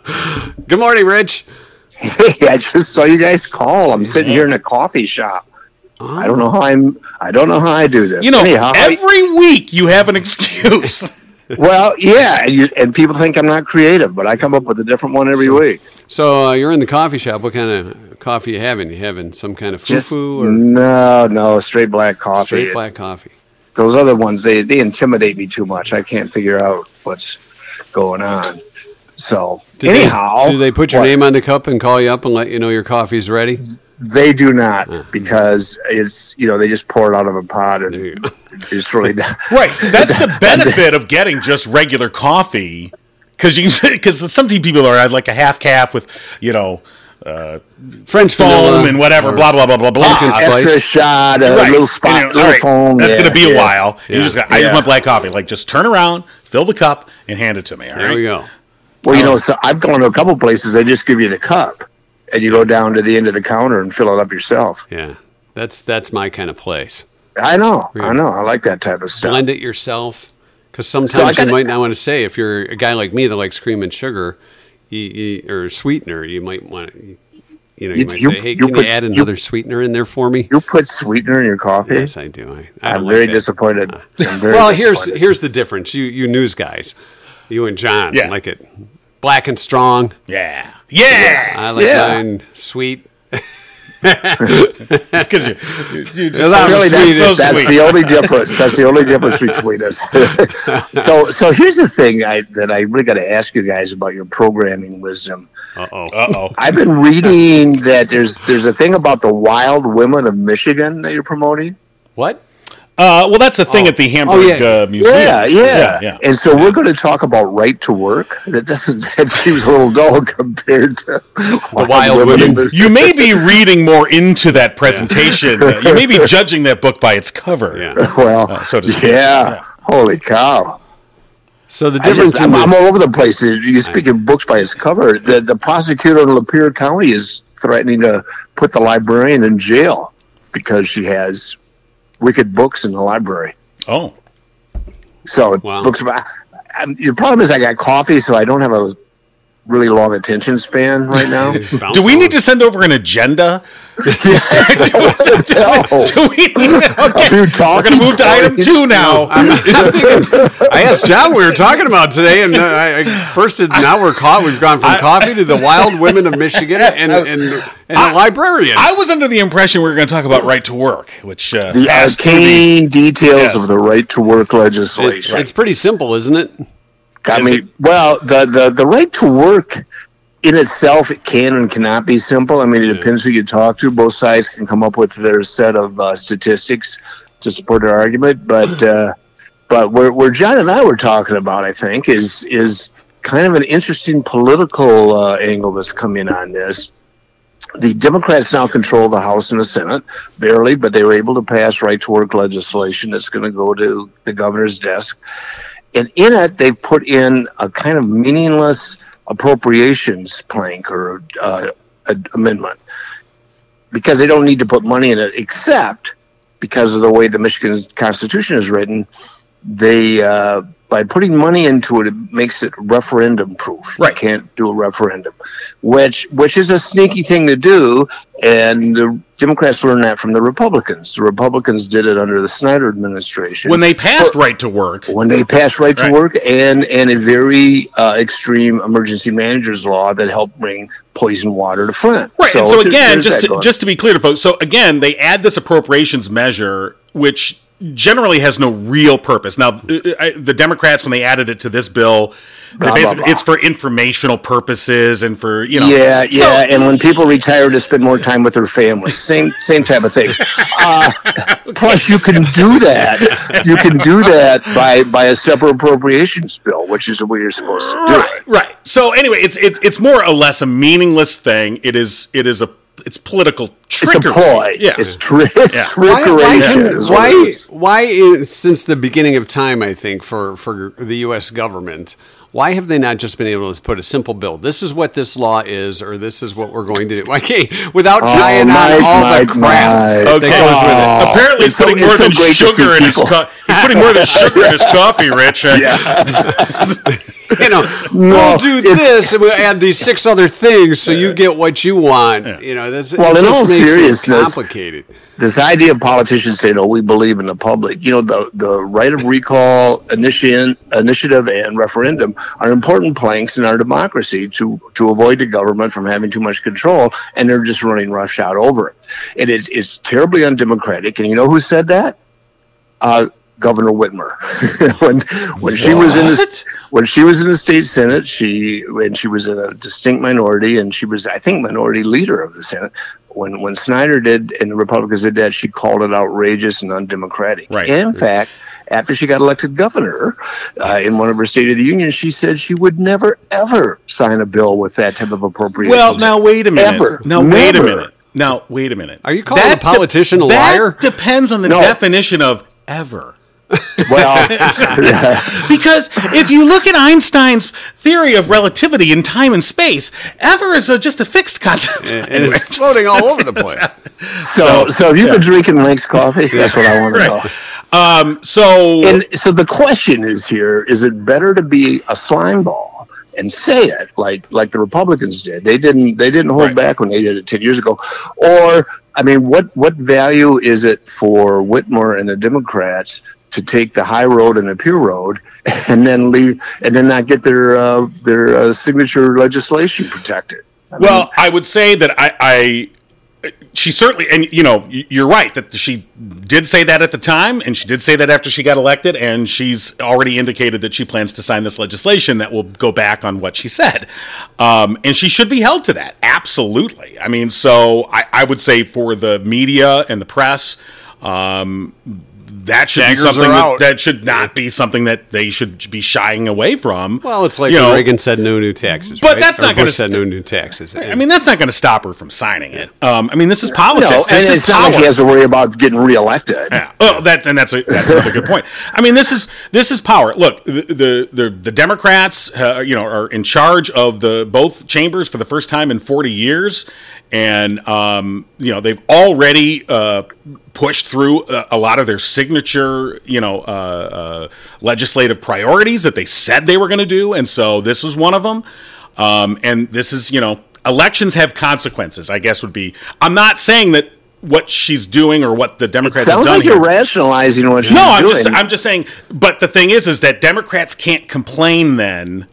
Speaker 2: Good morning, Rich.
Speaker 4: Hey, I just saw you guys call. I'm sitting here in a coffee shop.
Speaker 2: Oh.
Speaker 4: I don't know how I'm. I don't know how I do this.
Speaker 3: You know,
Speaker 4: Anyhow, I-
Speaker 3: every week you have an excuse.
Speaker 4: well, yeah, and, you, and people think I'm not creative, but I come up with a different one every week.
Speaker 2: So uh, you're in the coffee shop. What kind of coffee you having? You having some kind of
Speaker 4: Just
Speaker 2: fufu or
Speaker 4: no, no, straight black coffee.
Speaker 2: straight black coffee?
Speaker 4: Those other ones, they they intimidate me too much. I can't figure out what's going on. So
Speaker 2: Did they-
Speaker 4: anyhow,
Speaker 2: do they put your
Speaker 4: what-
Speaker 2: name on the cup and call you up and let you know your coffee's ready?
Speaker 4: They do
Speaker 3: Mm-hmm.
Speaker 4: not because it's you know they just pour it out of a pot and
Speaker 2: There you go.
Speaker 4: it's really not.
Speaker 3: right. That's the benefit of getting just regular coffee. Because you, because some people are like a half calf with, you know, uh,
Speaker 2: French
Speaker 3: foam
Speaker 2: vanilla
Speaker 3: and whatever,
Speaker 2: or-
Speaker 3: blah blah blah blah blah.
Speaker 2: Pumpkin spice.
Speaker 4: extra shot, Ah, a
Speaker 3: Right.
Speaker 4: little spot,
Speaker 3: And, uh, all
Speaker 4: little
Speaker 3: right,
Speaker 4: foam.
Speaker 3: That's
Speaker 4: yeah,
Speaker 3: gonna be a
Speaker 4: yeah.
Speaker 3: while. You
Speaker 2: Yeah.
Speaker 3: just got. I just
Speaker 4: Yeah.
Speaker 3: want black coffee. Like just turn around, fill the cup, and hand it to me. All right.
Speaker 2: There we go.
Speaker 4: Well, you
Speaker 3: Oh.
Speaker 4: know, so I've gone to a couple places. They just give you the cup, and you go down to the end of the counter and fill it up yourself.
Speaker 2: Yeah, that's that's my kind of place.
Speaker 4: I know, I know, I like that type of stuff.
Speaker 2: blend it yourself because
Speaker 4: So I
Speaker 2: sometimes you
Speaker 4: gotta-
Speaker 2: might not want to say if you're a guy like me that likes cream and sugar you, you, or sweetener you might want to you know you,
Speaker 4: You-
Speaker 2: might
Speaker 4: you-
Speaker 2: say hey
Speaker 4: you
Speaker 2: can
Speaker 4: put-
Speaker 2: you add
Speaker 4: you-
Speaker 2: another sweetener in there for me
Speaker 4: You put sweetener in your coffee.
Speaker 2: yes i do i, I
Speaker 4: I'm,
Speaker 2: don't like
Speaker 4: very
Speaker 2: that.
Speaker 4: disappointed. I'm very
Speaker 2: well here's
Speaker 4: disappointed.
Speaker 2: here's the difference you you news guys you and john
Speaker 3: Yeah.
Speaker 2: like it black and strong
Speaker 3: Yeah. Yeah.
Speaker 2: i like
Speaker 4: Yeah.
Speaker 2: mine sweet
Speaker 3: Because you, you, you just
Speaker 2: I'm
Speaker 4: really that's,
Speaker 3: so
Speaker 4: that's
Speaker 3: sweet.
Speaker 4: the only difference. That's the only difference between us. so, so here's the thing I, that I really got to ask you guys about your programming wisdom.
Speaker 2: uh-oh
Speaker 3: Uh oh.
Speaker 4: I've been reading that there's there's a thing about the wild women of Michigan that you're promoting.
Speaker 2: what
Speaker 3: Uh, well, that's the thing at the Hamburg
Speaker 2: Oh, yeah.
Speaker 3: uh, museum.
Speaker 4: Yeah, yeah.
Speaker 3: yeah.
Speaker 4: And so we're going to talk about right to work. That doesn't that seems a little dull compared to the
Speaker 2: wild women.
Speaker 3: You may be reading more into that presentation. Uh, you may be judging that book by its cover.
Speaker 2: yeah
Speaker 4: well,
Speaker 3: Uh, so to speak.
Speaker 4: yeah. Holy cow!
Speaker 2: so the
Speaker 4: I
Speaker 2: difference
Speaker 4: just-
Speaker 2: in
Speaker 4: I'm,
Speaker 2: the-
Speaker 4: I'm all over the place. You're speaking books by its cover. The the prosecutor in Lapeer County is threatening to put the librarian in jail because she has wicked books in the library.
Speaker 3: Oh.
Speaker 4: So
Speaker 2: Wow.
Speaker 4: books about. I'm, the problem is I got coffee, so I don't have a really long attention span right now.
Speaker 3: Do we need to send over an agenda?
Speaker 4: No.
Speaker 3: Do we need to? Okay.
Speaker 4: Dude,
Speaker 3: We're going to move to item two now.
Speaker 2: I asked John what we were talking about today, and uh, I, I first it, now we're caught. We've gone from coffee to the wild women of Michigan and and, and a librarian.
Speaker 3: I was under the impression we were going to talk about right to work, which uh,
Speaker 4: The
Speaker 3: has to be-
Speaker 4: arcane details
Speaker 3: Yes.
Speaker 4: of the right to work
Speaker 2: it's,
Speaker 4: legislation.
Speaker 2: it's pretty simple, isn't it?
Speaker 4: I
Speaker 3: Is
Speaker 4: mean,
Speaker 3: it-
Speaker 4: well, the, the, the right to work in itself it can and cannot be simple. I mean, it depends who you talk to. Both sides can come up with their set of uh, statistics to support their argument, but uh, but where, where John and I were talking about, I think, is is kind of an interesting political uh, angle that's coming on this. The Democrats now control the House and the Senate, barely, but they were able to pass right to work legislation that's going to go to the governor's desk and in it they've put in a kind of meaningless appropriations plank or uh, a- amendment because they don't need to put money in it, except because of the way the Michigan Constitution is written. They uh, by putting money into it, it makes it referendum proof.
Speaker 3: Right.
Speaker 4: You can't do a referendum, which which is a sneaky thing to do, and the Democrats learned that from the Republicans. The Republicans did it under the Snyder administration
Speaker 3: When they passed right to work,
Speaker 4: when they passed right,
Speaker 3: Right.
Speaker 4: to work and and a very uh, extreme emergency managers law that helped bring poison water to Flint.
Speaker 3: Right. and so
Speaker 4: there-
Speaker 3: again,
Speaker 4: there's
Speaker 3: just
Speaker 4: that
Speaker 3: to,
Speaker 4: going.
Speaker 3: just to be clear to folks, so again, they add this appropriations measure, which generally has no real purpose. Now, uh, I, the Democrats, when they added it to this bill, they
Speaker 4: Blah, blah,
Speaker 3: basically
Speaker 4: blah.
Speaker 3: it's for informational purposes and for you know.
Speaker 4: yeah, yeah,
Speaker 3: So-
Speaker 4: and when people retire to spend more time with their families, same same type of things. Uh, Plus, you can do that. You can do that by by a separate appropriations bill, which is what you're supposed to do.
Speaker 3: Right, right. So anyway, it's it's it's more or less a meaningless thing. It is it is a it's political
Speaker 4: It's a
Speaker 3: trickery.
Speaker 4: ploy.
Speaker 3: Yeah.
Speaker 4: It's, tri- it's
Speaker 3: Yeah.
Speaker 4: trickery.
Speaker 2: why,
Speaker 4: yeah,
Speaker 2: can-
Speaker 4: is what
Speaker 2: why,
Speaker 4: it is.
Speaker 2: why is, since the beginning of time, I think, for, for the U.S. government, why have they not just been able to put a simple bill? This is what this law is, or this is what we're going to do. Why can't, without
Speaker 4: Oh,
Speaker 2: tying
Speaker 4: Mike,
Speaker 2: on all the
Speaker 4: Mike,
Speaker 2: crap
Speaker 4: Mike.
Speaker 2: that goes with it?
Speaker 3: Apparently, he's
Speaker 4: Oh, It's so-
Speaker 3: putting
Speaker 4: it's
Speaker 3: more
Speaker 4: so
Speaker 3: than
Speaker 4: great to
Speaker 3: sugar
Speaker 4: see
Speaker 3: in his
Speaker 4: people.
Speaker 3: co- he's putting more than sugar in his coffee, Rich.
Speaker 2: you know, we'll
Speaker 4: No,
Speaker 2: do
Speaker 4: it's-
Speaker 2: this and we'll add these six other things so you get what you want. You know, that's
Speaker 4: Well,
Speaker 2: it
Speaker 4: in
Speaker 2: just
Speaker 4: all
Speaker 2: makes it
Speaker 4: seriousness-
Speaker 2: complicated.
Speaker 4: this idea of politicians saying, "Oh, we believe in the public." You know, the the right of recall initiative, initiative, and referendum are important planks in our democracy to to avoid the government from having too much control, and they're just running roughshod over it. It is it's terribly undemocratic, and you know who said that? Uh, Governor Whitmer, when when she was in the when she was in the state senate, she when she was in a distinct minority, and she was I think minority leader of the senate. When when Snyder did and the Republicans did that, she called it outrageous and undemocratic.
Speaker 3: Right.
Speaker 4: In fact, after she got elected governor, uh, in one of her State of the Union, she said she would never ever sign a bill with that type of appropriation.
Speaker 3: Well, now wait a minute.
Speaker 4: Ever.
Speaker 3: Now wait a
Speaker 4: Never.
Speaker 3: minute. Now wait a minute.
Speaker 2: Are you calling a politician a liar?
Speaker 3: That depends on the
Speaker 4: No.
Speaker 3: definition of ever.
Speaker 4: well,
Speaker 3: Because if you look at Einstein's theory of relativity in time and space, ever is a, just a fixed concept.
Speaker 2: And it's floating all over the place.
Speaker 4: so so if you've been drinking Link's coffee, that's what I want to know.
Speaker 3: Um, so
Speaker 4: And so the question is here: Is it better to be a slime ball and say it like like the Republicans did? They didn't they didn't hold
Speaker 3: Right.
Speaker 4: back when they did it ten years ago. Or I mean, what what value is it for Whitmer and the Democrats to take the high road and the pure road, and then leave and then not get their uh, their uh, signature legislation protected? I mean,
Speaker 3: Well, I would say that I, I she certainly, and you know, y- you're right that she did say that at the time, and she did say that after she got elected, and she's already indicated that she plans to sign this legislation that will go back on what she said, um, and she should be held to that. Absolutely. I mean, so I, I would say for the media and the press. Um, that should
Speaker 2: Daggers
Speaker 3: be something
Speaker 2: are
Speaker 3: that,
Speaker 2: out.
Speaker 3: that should not be something that they should be shying away from.
Speaker 2: Well, it's like
Speaker 3: You
Speaker 2: when
Speaker 3: know,
Speaker 2: Reagan said no new taxes.
Speaker 3: But
Speaker 2: right?
Speaker 3: that's
Speaker 2: Or
Speaker 3: not gonna
Speaker 2: Bush said
Speaker 3: st-
Speaker 2: no new taxes.
Speaker 3: I mean, that's not going to stop her from signing it. Um, I mean, this is politics.
Speaker 4: no, and
Speaker 3: this is
Speaker 4: it's not like
Speaker 3: power.
Speaker 4: he has to worry about getting reelected.
Speaker 3: Yeah. Oh, that's and that's a, that's another good point. I mean, this is this is power. Look, the the the, the Democrats, uh, you know, are in charge of the both chambers for the first time in forty years, and um, you know they've already uh, pushed through a, a lot of their signature, you know, uh, uh, legislative priorities that they said they were going to do, and so this is one of them. Um, and this is, you know, elections have consequences. I guess would be. I'm not saying that. What she's doing, or what the Democrats have
Speaker 4: Sounds
Speaker 3: done
Speaker 4: like
Speaker 3: here.
Speaker 4: you're rationalizing what she's
Speaker 3: No, I'm
Speaker 4: doing.
Speaker 3: just I'm just saying. But the thing is, is that Democrats can't complain then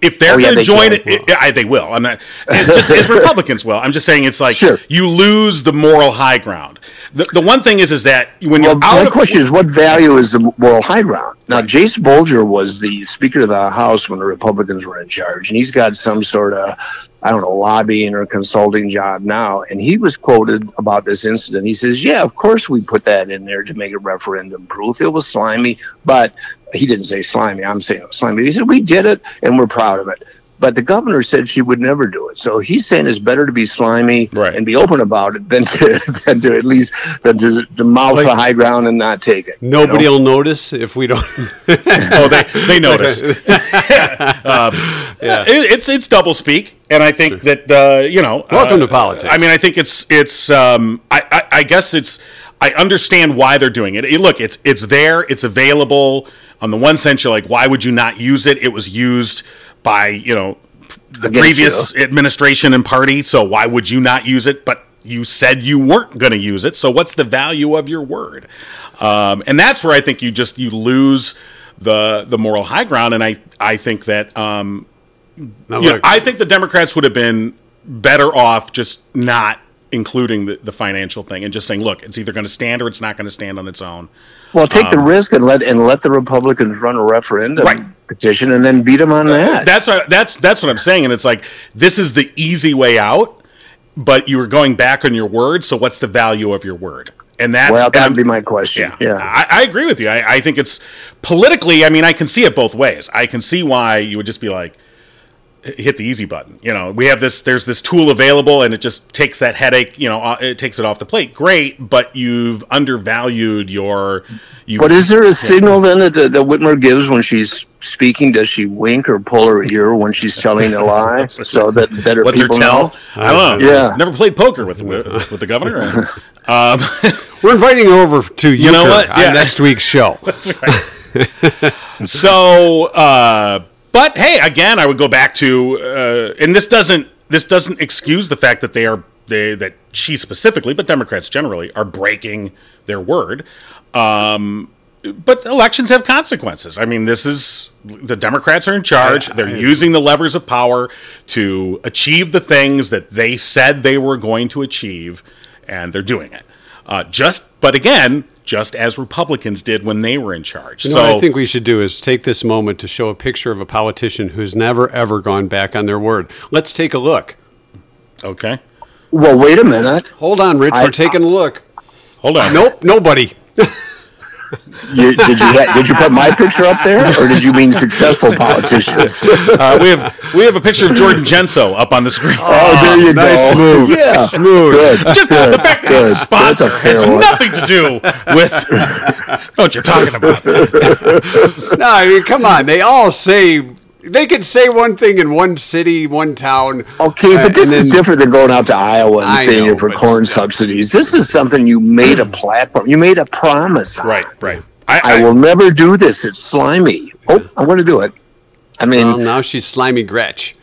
Speaker 3: if they're
Speaker 4: Oh,
Speaker 3: going
Speaker 4: yeah,
Speaker 3: to
Speaker 4: they
Speaker 3: join
Speaker 4: can.
Speaker 3: it. it- I, they will. I'm not. It's just as Republicans will. I'm just saying it's like
Speaker 4: Sure.
Speaker 3: you lose the moral high ground. The, the one thing is, is that when
Speaker 4: Well,
Speaker 3: you're out
Speaker 4: my
Speaker 3: of
Speaker 4: question is, what value is the moral high ground? Now, Jace Bolger was the Speaker of the House when the Republicans were in charge, and he's got some sort of, I don't know, lobbying or consulting job now. And he was quoted about this incident. He says, "Yeah, of course we put that in there to make it referendum proof. It was slimy, but he didn't say slimy. I'm saying it was slimy. He said we did it, and we're proud of it." But the governor said she would never do it. So he's saying it's better to be slimy
Speaker 3: Right.
Speaker 4: and be open about it than to, than to at least than to, to mouth the high ground and not take it. you know?
Speaker 2: Nobody will notice if we don't.
Speaker 3: oh, they they noticed. um, it, it's it's double speak, and I think that uh, you know.
Speaker 2: Welcome
Speaker 3: uh,
Speaker 2: to politics.
Speaker 3: I mean, I think it's it's. Um, I, I I guess it's. I understand why they're doing it. It- Look, it's it's there. It's available. On the one sense, you're like, why would you not use it? It was used by you know the
Speaker 4: Against
Speaker 3: previous administration and party. So why would you not use it? But you said you weren't going to use it. So what's the value of your word? Um, and that's where I think you just you lose the the moral high ground. And I I think that um,
Speaker 2: Not
Speaker 3: you know,
Speaker 2: like-
Speaker 3: I think the Democrats would have been better off just not including the, the financial thing and just saying, look, it's either going to stand or it's not going to stand on its own.
Speaker 4: Well, take
Speaker 3: Um,
Speaker 4: the risk and let and let the Republicans run a referendum
Speaker 3: Right.
Speaker 4: petition and then beat them on that.
Speaker 3: That's a, that's that's what I'm saying, and it's like this is the easy way out, but you were going back on your word. So what's the value of your word? And that's
Speaker 4: well,
Speaker 3: and
Speaker 4: that
Speaker 3: I'm-
Speaker 4: would be my question.
Speaker 3: Yeah, I, I agree with you. I, I think it's politically. I mean, I can see it both ways. I can see why you would just be like, h- hit the easy button. You know, we have this. There's this tool available, and it just takes that headache. You know, uh, it takes it off the plate. Great, but you've undervalued your. You,
Speaker 4: But is there a signal then that, that Whitmer gives when she's speaking? Does she wink or pull her ear when she's telling a lie so that, that her
Speaker 3: What's her
Speaker 4: people
Speaker 3: tell?
Speaker 4: know?
Speaker 3: I don't know.
Speaker 4: Yeah.
Speaker 3: never played poker with with, with the governor. um,
Speaker 2: We're inviting her over to you
Speaker 3: know what? Yeah.
Speaker 2: on next week's show.
Speaker 3: so uh, but hey again i would go back to uh, and this doesn't this doesn't excuse the fact that they are they that she specifically but democrats generally are breaking their word um, but elections have consequences i mean this is the democrats are in charge they're using the levers of power to achieve the things that they said they were going to achieve and they're doing it uh, just but again just as republicans did when they were in charge
Speaker 2: You know
Speaker 3: so
Speaker 2: what I think we should do is take this moment to show a picture of a politician who's never ever gone back on their word. Let's take a look.
Speaker 3: Okay.
Speaker 4: Well, wait a minute.
Speaker 2: Hold on, Rich.
Speaker 4: I-
Speaker 2: We're taking a look.
Speaker 3: Hold on.
Speaker 2: Nope, nobody.
Speaker 4: You, did you ha- did you put my picture up there, or did you mean successful politicians? Oh,
Speaker 3: Uh, we have we have a picture of Jordan Genso up on the screen.
Speaker 4: Oh, there
Speaker 3: Ah,
Speaker 4: you
Speaker 2: nice
Speaker 4: go.
Speaker 2: move.
Speaker 4: Yeah.
Speaker 2: Smooth.
Speaker 4: Good.
Speaker 3: Just
Speaker 4: good,
Speaker 3: the fact that he's a
Speaker 4: good. That's
Speaker 3: sponsor
Speaker 4: a
Speaker 3: has
Speaker 4: fair one.
Speaker 3: nothing to do with what you're talking about.
Speaker 2: No, I mean, come on. They all say they could say one thing in one city, one town.
Speaker 4: Okay,
Speaker 2: uh,
Speaker 4: but this
Speaker 2: and
Speaker 4: is
Speaker 2: then-
Speaker 4: different than going out to Iowa and
Speaker 2: I
Speaker 4: saying
Speaker 2: know,
Speaker 4: you're for
Speaker 2: but
Speaker 4: corn
Speaker 2: still. Mm.
Speaker 4: subsidies. This is something you made a platform. You made a promise. on.
Speaker 3: Right, right. I,
Speaker 4: I, will never do this. It's slimy. Oh, I'm going to do it. I mean,
Speaker 2: Well, Oh, now she's slimy Gretch.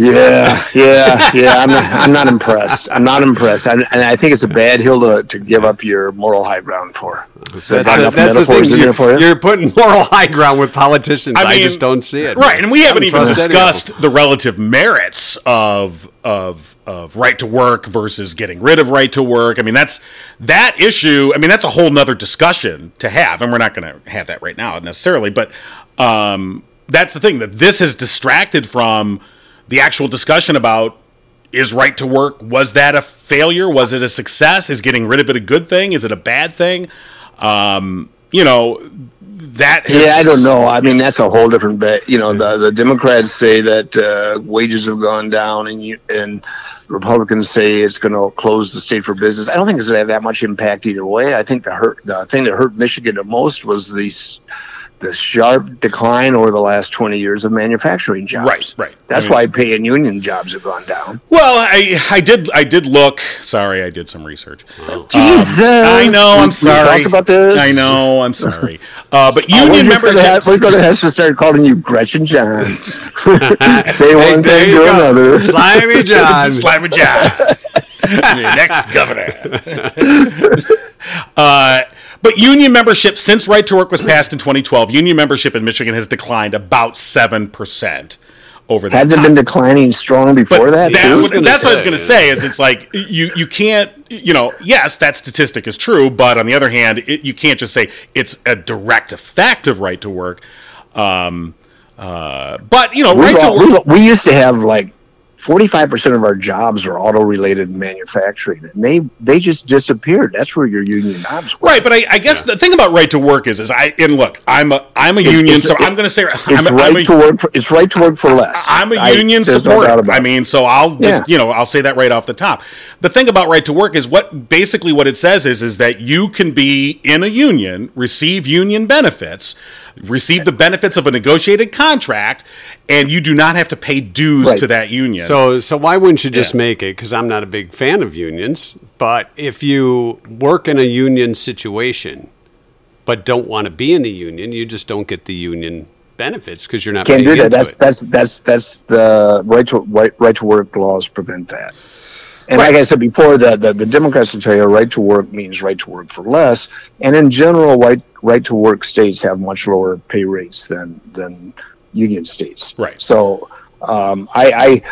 Speaker 4: yeah, yeah, yeah. I'm not, I'm not impressed. I'm not impressed. i and I think it's a bad hill to, to give up your moral high ground for. Is that
Speaker 2: That's,
Speaker 4: not
Speaker 2: the-
Speaker 4: enough
Speaker 2: that's the
Speaker 4: metaphors
Speaker 2: thing.
Speaker 4: in
Speaker 2: You're,
Speaker 4: there for you?
Speaker 2: you're putting moral high ground with politicians. I,
Speaker 3: mean,
Speaker 2: just don't see it.
Speaker 3: Right, and we
Speaker 2: I
Speaker 3: haven't
Speaker 2: don't
Speaker 3: even
Speaker 2: trust any of them.
Speaker 3: discussed the relative merits of of of right to work versus getting rid of right to work. I mean, that's that issue. I mean, that's a whole nother discussion to have, and we're not going to have that right now necessarily. But um, that's the thing that this has distracted from the actual discussion about is right to work was that a failure was it a success is getting rid of it a good thing is it a bad thing um, you know that has-
Speaker 4: Yeah, I don't know. I mean, that's a whole different bet. You know, the the Democrats say that uh, wages have gone down, and you, and Republicans say it's going to close the state for business. I don't think it's going to have that much impact either way. I think the hurt the thing that hurt Michigan the most was the s- the sharp decline over the last twenty years of manufacturing jobs.
Speaker 3: Right, right.
Speaker 4: That's
Speaker 3: I mean-
Speaker 4: why pay and union jobs have gone down.
Speaker 3: Well, I I did I did look. Sorry, I did some research.
Speaker 4: Jesus,
Speaker 3: Um, I know.
Speaker 4: Uh, We-
Speaker 3: I'm
Speaker 4: we
Speaker 3: sorry.
Speaker 4: talked about this.
Speaker 3: I know. I'm sorry. Uh, but
Speaker 4: Oh,
Speaker 3: union
Speaker 4: we're just gonna have-
Speaker 3: memberships.
Speaker 4: we're going to have to start calling you Gretchen John. Say
Speaker 2: There
Speaker 4: one thing,
Speaker 2: you
Speaker 4: do
Speaker 2: go.
Speaker 4: another.
Speaker 2: Slimy John.
Speaker 3: Slammer John. Your next governor. uh, but union membership, since Right to Work was passed in 2012, union membership in Michigan has declined about 7% over that
Speaker 4: Had they
Speaker 3: time.
Speaker 4: been declining strong before that?
Speaker 3: that's
Speaker 4: too?
Speaker 3: what,
Speaker 2: gonna
Speaker 3: that's what I was
Speaker 2: say,
Speaker 3: going to
Speaker 2: yeah.
Speaker 3: say. Is it's like you you can't you know yes that statistic is true, but on the other hand, it, you can't just say it's a direct effect of right to work. Um, uh, but you know,
Speaker 4: we,
Speaker 3: right
Speaker 4: lo-
Speaker 3: to work.
Speaker 4: we, lo- we used to have like 45% of our jobs are auto related manufacturing and they they just disappeared that's where your union jobs were
Speaker 3: Right, but I, I guess the thing about right to work is, is I and look, I'm a I'm a union,
Speaker 4: it's-
Speaker 3: so I'm going to say I'm,
Speaker 4: it's
Speaker 3: a-
Speaker 4: right
Speaker 3: I'm a,
Speaker 4: to work for, it's right to work for less
Speaker 3: I'm a
Speaker 4: I-
Speaker 3: union
Speaker 4: there's no
Speaker 3: supporter.
Speaker 4: doubt about
Speaker 3: I
Speaker 4: it.
Speaker 3: mean, so I'll just
Speaker 4: Yeah.
Speaker 3: you know I'll say that right off the top. The thing about right to work is what basically what it says is is that you can be in a union, receive union benefits, receive the benefits of a negotiated contract, and you do not have to pay dues
Speaker 4: Right.
Speaker 3: to that union.
Speaker 2: So, so why wouldn't you just
Speaker 3: Yeah.
Speaker 2: make it? Because I'm not a big fan of unions. But if you work in a union situation, but don't want to be in the union, you just don't get the union benefits because you're not.
Speaker 4: can't do
Speaker 2: paying
Speaker 4: that
Speaker 2: into
Speaker 4: that's
Speaker 2: it.
Speaker 4: that's that's that's the right to right, right to work laws prevent that and like I said before, the, the, the Democrats will tell you right to work means right to work for less. And in general, right, right to work states have much lower pay rates than, than union states.
Speaker 3: Right.
Speaker 4: So um, I, I,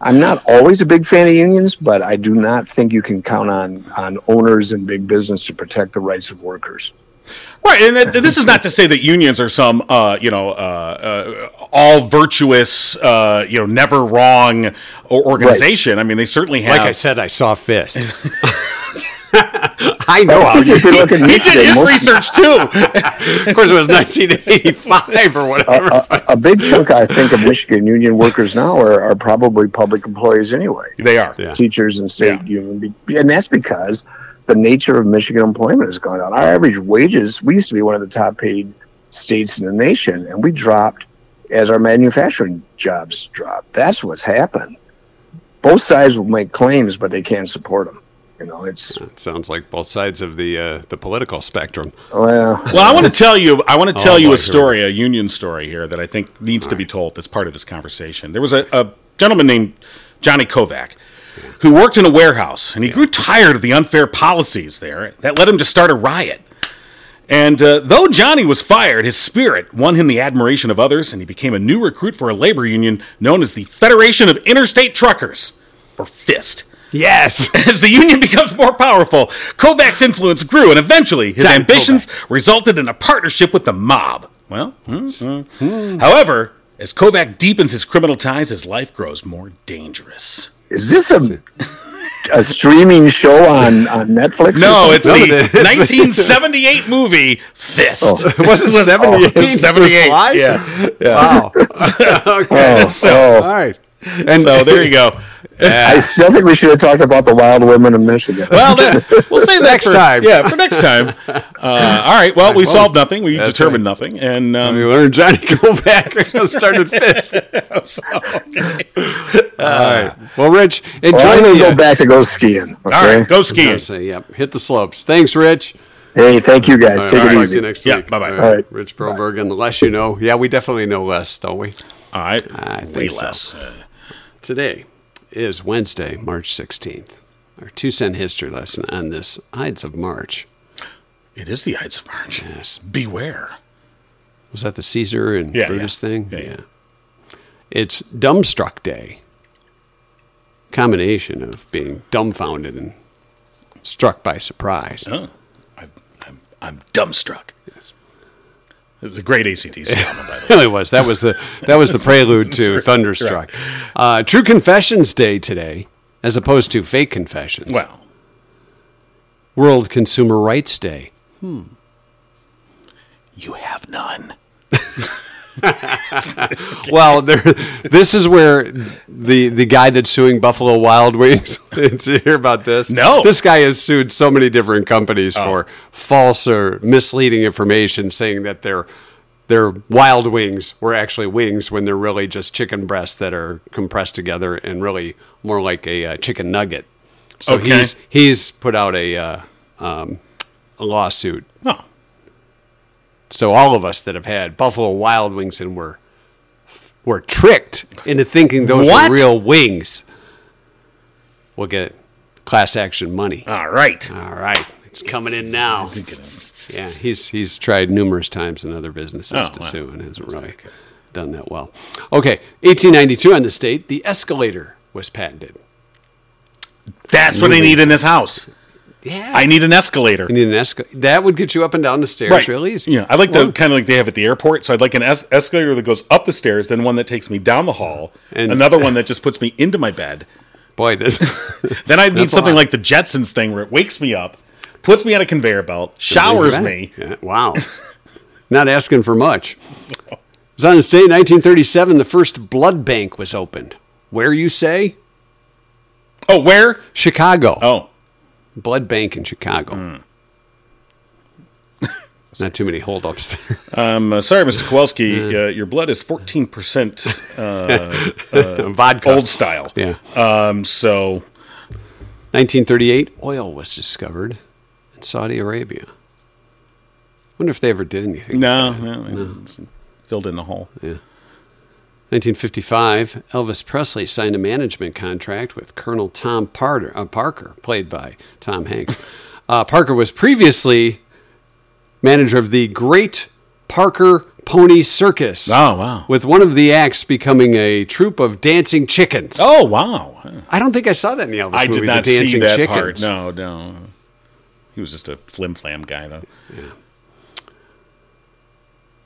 Speaker 4: I'm not always a big fan of unions, but I do not think you can count on, on owners and big business to protect the rights of workers.
Speaker 3: Right, and that, this is not to say that unions are some, uh, you know, uh, uh, all virtuous, uh, you know, never wrong o- organization. I mean, they certainly have.
Speaker 2: Like I said, I saw fist. I know how.
Speaker 4: If
Speaker 2: Oh, You,
Speaker 4: you look at
Speaker 3: he did
Speaker 4: Nietzsche,
Speaker 3: his
Speaker 4: most-
Speaker 3: research too.
Speaker 2: of course, it was 1985 or whatever.
Speaker 4: a, a big chunk, I think, of Michigan union workers now are, are probably public employees anyway.
Speaker 3: they are.
Speaker 2: Yeah.
Speaker 4: teachers and state
Speaker 3: Yeah.
Speaker 4: union, be- and that's because the nature of Michigan employment has gone down. Our average wages, we used to be one of the top paid states in the nation, and we dropped as our manufacturing jobs dropped. That's what's happened. Both sides will make claims, but they can't support them. You know, it's
Speaker 2: Sounds like both sides of the uh, the political spectrum.
Speaker 4: well,
Speaker 3: Well, I want to tell you, I want to tell you
Speaker 2: boy,
Speaker 3: a story, a union story here that I think needs to be told. That's part of this conversation. There was a, a gentleman named Johnny Kovac who worked in a warehouse, and he grew tired of the unfair policies there that led him to start a riot. And uh, though Johnny was fired, his spirit won him the admiration of others, and he became a new recruit for a labor union known as the Federation of Interstate Truckers, or FIST.
Speaker 2: Yes.
Speaker 3: As the union becomes more powerful, Kovac's influence grew, and eventually his
Speaker 2: John
Speaker 3: ambitions resulted in a partnership with the mob. Well, hmm, hmm. however, as Kovac deepens his criminal ties, his life grows more dangerous.
Speaker 4: is this a a streaming show on on Netflix? or
Speaker 3: No,
Speaker 4: something?
Speaker 3: it's
Speaker 2: No,
Speaker 3: the
Speaker 2: it is.
Speaker 3: 1978 movie Fist.
Speaker 2: Oh,
Speaker 3: Oh,
Speaker 2: It wasn't 78.
Speaker 3: It was 78.
Speaker 2: slide?
Speaker 3: Yeah.
Speaker 2: Wow. okay.
Speaker 4: Oh, oh.
Speaker 2: All right. And
Speaker 3: So there you go.
Speaker 4: I still think we should have talked about the wild women of Michigan.
Speaker 3: Well, then, we'll say that
Speaker 2: Next
Speaker 3: for-
Speaker 2: time.
Speaker 3: Yeah, for next time. Uh, all right. Well, we
Speaker 2: well,
Speaker 3: solved nothing. We
Speaker 2: that's
Speaker 3: determined nothing, and um,
Speaker 2: We learned Johnny Kovac started fist.
Speaker 3: so- okay.
Speaker 2: Well, Rich, enjoy
Speaker 4: Well, I'm going to
Speaker 2: the.
Speaker 4: go back to go skiing. Okay?
Speaker 3: all right, go
Speaker 2: I
Speaker 3: skiing.
Speaker 2: was saying, yep, hit the slopes. Thanks, Rich.
Speaker 4: Hey, thank you guys. Take
Speaker 2: All right,
Speaker 4: it
Speaker 2: talk to
Speaker 4: easy.
Speaker 2: you next
Speaker 3: Yeah,
Speaker 2: week.
Speaker 3: bye-bye.
Speaker 2: All
Speaker 4: All
Speaker 2: right,
Speaker 4: right.
Speaker 2: Rich Broberg, and the less you know. Yeah, we definitely know less, don't we?
Speaker 3: All right.
Speaker 2: I
Speaker 3: Way
Speaker 2: think so.
Speaker 3: less.
Speaker 2: Today is Wednesday, March 16th. Our two cent history lesson on this Ides of March.
Speaker 3: It is the Ides of March.
Speaker 2: Yes.
Speaker 3: Beware.
Speaker 2: Was that the Caesar and
Speaker 3: Yeah,
Speaker 2: Brutus
Speaker 3: yeah.
Speaker 2: thing?
Speaker 3: Yeah, yeah.
Speaker 2: It's Dumbstruck Day. Combination of being dumbfounded and struck by surprise.
Speaker 3: Oh, I'm, I'm, I'm dumbstruck. Yes. This is a great ACDC album, by the way.
Speaker 2: really was. That was the that was the prelude to Thunderstruck. Uh, True Confessions Day today, as opposed to fake confessions.
Speaker 3: Well,
Speaker 2: World Consumer Rights Day.
Speaker 3: you have none.
Speaker 2: Well, there, this is where the the guy that's suing Buffalo Wild Wings. did you hear about this?
Speaker 3: No.
Speaker 2: This guy has sued so many different companies for false or misleading information, saying that their their wild wings were actually wings when they're really just chicken breasts that are compressed together and really more like a uh, chicken nugget. So
Speaker 3: Okay.
Speaker 2: he's he's put out a uh, um, a lawsuit
Speaker 3: Oh,
Speaker 2: so all of us that have had Buffalo Wild Wings and were were tricked into thinking those
Speaker 3: What?
Speaker 2: were real wings. We'll get class action money.
Speaker 3: all right.
Speaker 2: All right, it's coming in now.
Speaker 3: Didn't get him.
Speaker 2: Yeah, he's he's tried numerous times in other businesses
Speaker 3: Oh,
Speaker 2: to
Speaker 3: wow.
Speaker 2: sue and hasn't really done that well. Okay, 1892 on the state, the escalator was patented.
Speaker 3: That's what I need in this house.
Speaker 2: Yeah.
Speaker 3: I need an escalator.
Speaker 2: You need an escalator. That would get you up and down the stairs
Speaker 3: Right.
Speaker 2: real easy.
Speaker 3: Yeah, I like
Speaker 2: Well,
Speaker 3: the kind of like they have at the airport. So I'd like an es- escalator that goes up the stairs, then one that takes me down the hall,
Speaker 2: And-
Speaker 3: another one that just puts me into my bed.
Speaker 2: Boy, this.
Speaker 3: Then I'd need
Speaker 2: That's a
Speaker 3: something
Speaker 2: lot.
Speaker 3: like the Jetsons thing where it wakes me up, puts me on a conveyor belt, showers me.
Speaker 2: Yeah, Wow. Not asking for much. It was on this day in 1937, the first blood bank was opened. Where you say?
Speaker 3: Oh, where?
Speaker 2: Chicago.
Speaker 3: Oh,
Speaker 2: Blood bank in Chicago. Not too many holdups there.
Speaker 3: um, uh, sorry, Mr. Kowalski. Uh, your blood is 14% uh,
Speaker 2: Vodka.
Speaker 3: old style.
Speaker 2: Yeah.
Speaker 3: Um, so
Speaker 2: 1938, oil was discovered in Saudi Arabia. Wonder if they ever did anything.
Speaker 3: no, no, it's filled in the hole.
Speaker 2: 1955, Elvis Presley signed a management contract with Colonel Tom Parter, uh, Parker, played by Tom Hanks. Uh, Parker was previously manager of the Great Parker Pony Circus.
Speaker 3: Oh, wow.
Speaker 2: With one of the acts becoming a troupe of dancing chickens.
Speaker 3: Oh, wow.
Speaker 2: I don't think I saw that in the Elvis
Speaker 3: I
Speaker 2: movie.
Speaker 3: did not
Speaker 2: the dancing
Speaker 3: see that
Speaker 2: chickens.
Speaker 3: part. No, no. He was just a flim flam guy, though.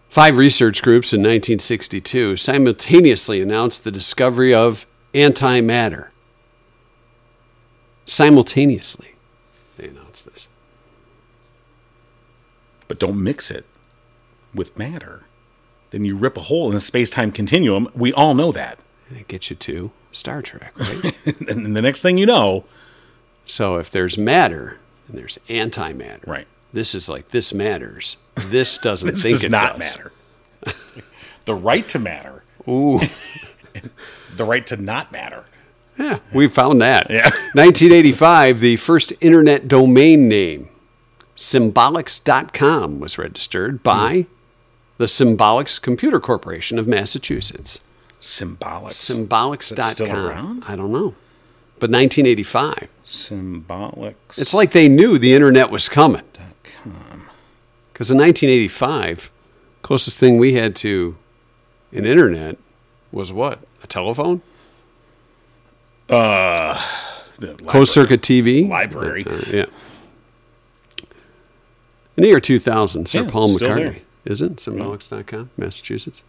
Speaker 2: Five research groups in 1962 simultaneously announced the discovery of antimatter. Simultaneously, they announced this.
Speaker 3: But don't mix it with matter. Then you rip a hole in the space time continuum. We all know that.
Speaker 2: And it gets you to Star Trek, right?
Speaker 3: And then the next thing you know,
Speaker 2: so if there's matter and there's antimatter,
Speaker 3: Right.
Speaker 2: This is like this matters. This doesn't
Speaker 3: this
Speaker 2: think
Speaker 3: does
Speaker 2: it
Speaker 3: not
Speaker 2: does.
Speaker 3: matter. the right to matter. Ooh. the right to not matter.
Speaker 2: Yeah, we found that.
Speaker 3: Yeah.
Speaker 2: 1985, the first internet domain name, symbolics.com, was
Speaker 3: Hmm.
Speaker 2: registered by the Symbolics Computer Corporation of Massachusetts.
Speaker 3: Symbolics.
Speaker 2: Symbolics.com.
Speaker 3: still around?
Speaker 2: I don't know. But 1985.
Speaker 3: Symbolics.
Speaker 2: It's like they knew the internet was coming.
Speaker 3: Oh,
Speaker 2: Because in 1985, closest thing we had to an internet was what? A telephone?
Speaker 3: Uh, The
Speaker 2: Closed circuit TV?
Speaker 3: Library.
Speaker 2: Uh, yeah. In the year 2000, Sir
Speaker 3: Yeah,
Speaker 2: Paul
Speaker 3: still there.
Speaker 2: McCartney, is it? Symbolics.com, Massachusetts.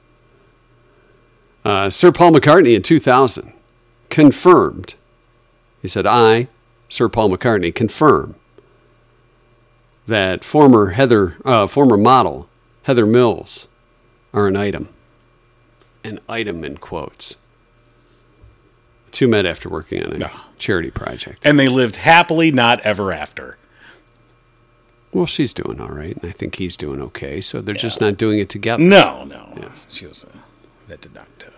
Speaker 2: Uh, Sir Paul McCartney in 2000 confirmed. He said, I, Sir Paul McCartney, confirm that former Heather, uh, former model Heather Mills are an item. An item in quotes. Two met after working on a
Speaker 3: Yeah.
Speaker 2: charity project.
Speaker 3: And they lived happily, not ever after.
Speaker 2: Well, she's doing all right, and I think he's doing okay. So they're just not doing it together.
Speaker 3: No, no. She was. Uh, that did not. Uh,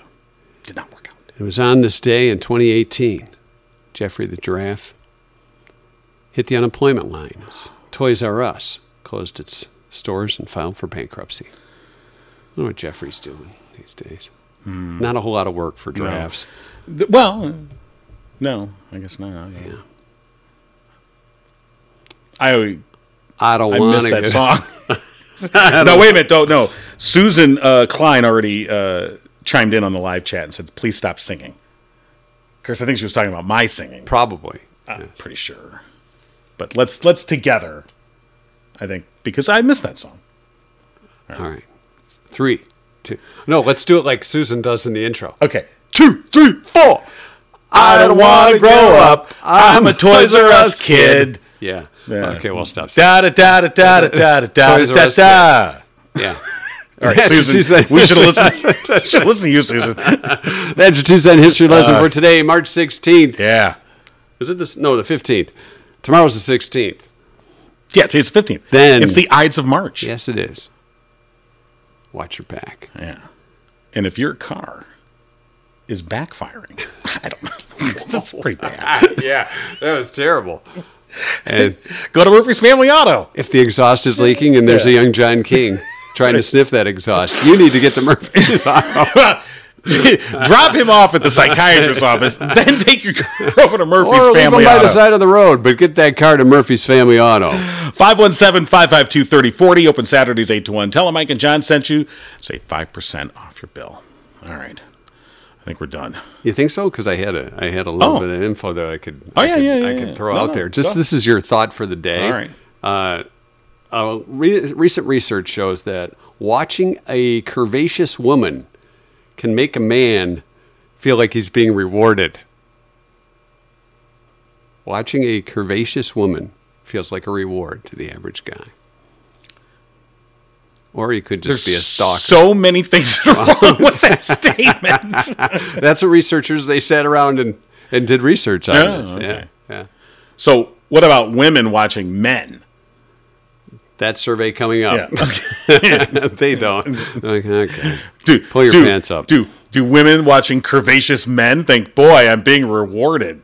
Speaker 3: did not work out.
Speaker 2: It was on this day in 2018. Jeffrey the Giraffe hit the unemployment line. as Toys R Us closed its stores and filed for bankruptcy. I don't know what Jeffrey's doing these days.
Speaker 3: Hmm.
Speaker 2: Not a whole lot of work for giraffes.
Speaker 3: Th- Well, uh, no, I guess not. Yeah. I
Speaker 2: I don't
Speaker 3: I
Speaker 2: want
Speaker 3: missed
Speaker 2: to.
Speaker 3: that song. no, wait a minute. Don't no. Susan uh, Klein already uh, chimed in on the live chat and said, "Please stop singing." Because I think she was talking about my singing.
Speaker 2: Probably.
Speaker 3: I'm pretty sure. But let's let's together. I think because I missed that song.
Speaker 2: All right. Three, two. No, let's do it like Susan does in the intro.
Speaker 3: Okay.
Speaker 2: Two, three, four.
Speaker 3: I don't want to grow up. I'm a Toys R Us kid.
Speaker 2: Yeah.
Speaker 3: Yeah.
Speaker 2: Okay, well, stop.
Speaker 3: Da da da da da da da da da
Speaker 2: Toys R
Speaker 3: da
Speaker 2: Us
Speaker 3: da.
Speaker 2: Yeah.
Speaker 3: All right,
Speaker 2: That's what
Speaker 3: Susan.
Speaker 2: she said.
Speaker 3: We should listen. should listen to you, Susan.
Speaker 2: That's your Tuesday in history lesson for today, March 16th.
Speaker 3: Yeah.
Speaker 2: Is it this? No, the 15th. Tomorrow's the 16th.
Speaker 3: Yeah, it's it's 15th.
Speaker 2: Then-
Speaker 3: it's the Ides of March.
Speaker 2: Yes, it is. Watch your back.
Speaker 3: Yeah. And if your car is backfiring, I don't know. That's pretty bad.
Speaker 2: yeah, that was terrible. And
Speaker 3: Go to Murphy's Family Auto.
Speaker 2: if the exhaust is leaking and there's a young John King trying to sniff that exhaust, you need to get to Murphy's Auto.
Speaker 3: Drop him off at the psychiatrist's office, then take your car over to
Speaker 2: Or
Speaker 3: Murphy's
Speaker 2: leave him
Speaker 3: Family
Speaker 2: by the
Speaker 3: Auto.
Speaker 2: side of the road, but get that car to Murphy's Family Auto.
Speaker 3: 517 552 3040. Open Saturdays 8 to 1. Tell him Mike and John sent you. Say 5% off your bill. All right. I think we're done.
Speaker 2: You think so? Because I had a I had a little
Speaker 3: Oh.
Speaker 2: bit of info that I could
Speaker 3: Oh,
Speaker 2: I
Speaker 3: yeah,
Speaker 2: could,
Speaker 3: yeah, yeah,
Speaker 2: I
Speaker 3: yeah.
Speaker 2: could throw
Speaker 3: No,
Speaker 2: out
Speaker 3: no,
Speaker 2: there. Just
Speaker 3: go.
Speaker 2: this is your thought for the day.
Speaker 3: All right.
Speaker 2: Uh, uh, re- recent research shows that watching a curvaceous woman can make a man feel like he's being rewarded. Watching a curvaceous woman feels like a reward to the average guy. Or you could just be a stalker.
Speaker 3: So many things that are wrong with that statement.
Speaker 2: That's what researchers they sat around and, and did research on
Speaker 3: Oh,
Speaker 2: this.
Speaker 3: okay.
Speaker 2: Yeah, yeah.
Speaker 3: so, what about women watching men?
Speaker 2: That survey coming up. they don't. Like, okay.
Speaker 3: Do,
Speaker 2: Pull your
Speaker 3: do-
Speaker 2: pants up.
Speaker 3: Do do women watching curvaceous men think, "Boy, I'm being rewarded"?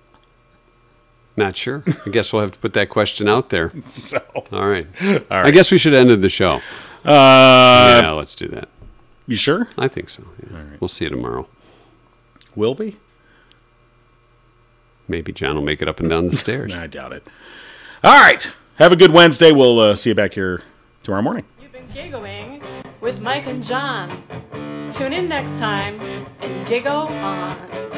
Speaker 2: Not sure. I guess we'll have to put that question out there.
Speaker 3: So,
Speaker 2: All right. I guess we should end the show.
Speaker 3: uh,
Speaker 2: yeah, let's do that.
Speaker 3: you sure?
Speaker 2: I think so. yeah. We'll see you tomorrow.
Speaker 3: Will be?
Speaker 2: Maybe John will make it up and down the stairs.
Speaker 3: I doubt it. All right. Have a good Wednesday. We'll uh, see you back here tomorrow morning.
Speaker 6: You've been giggling with Mike and John. Tune in next time and giggle on.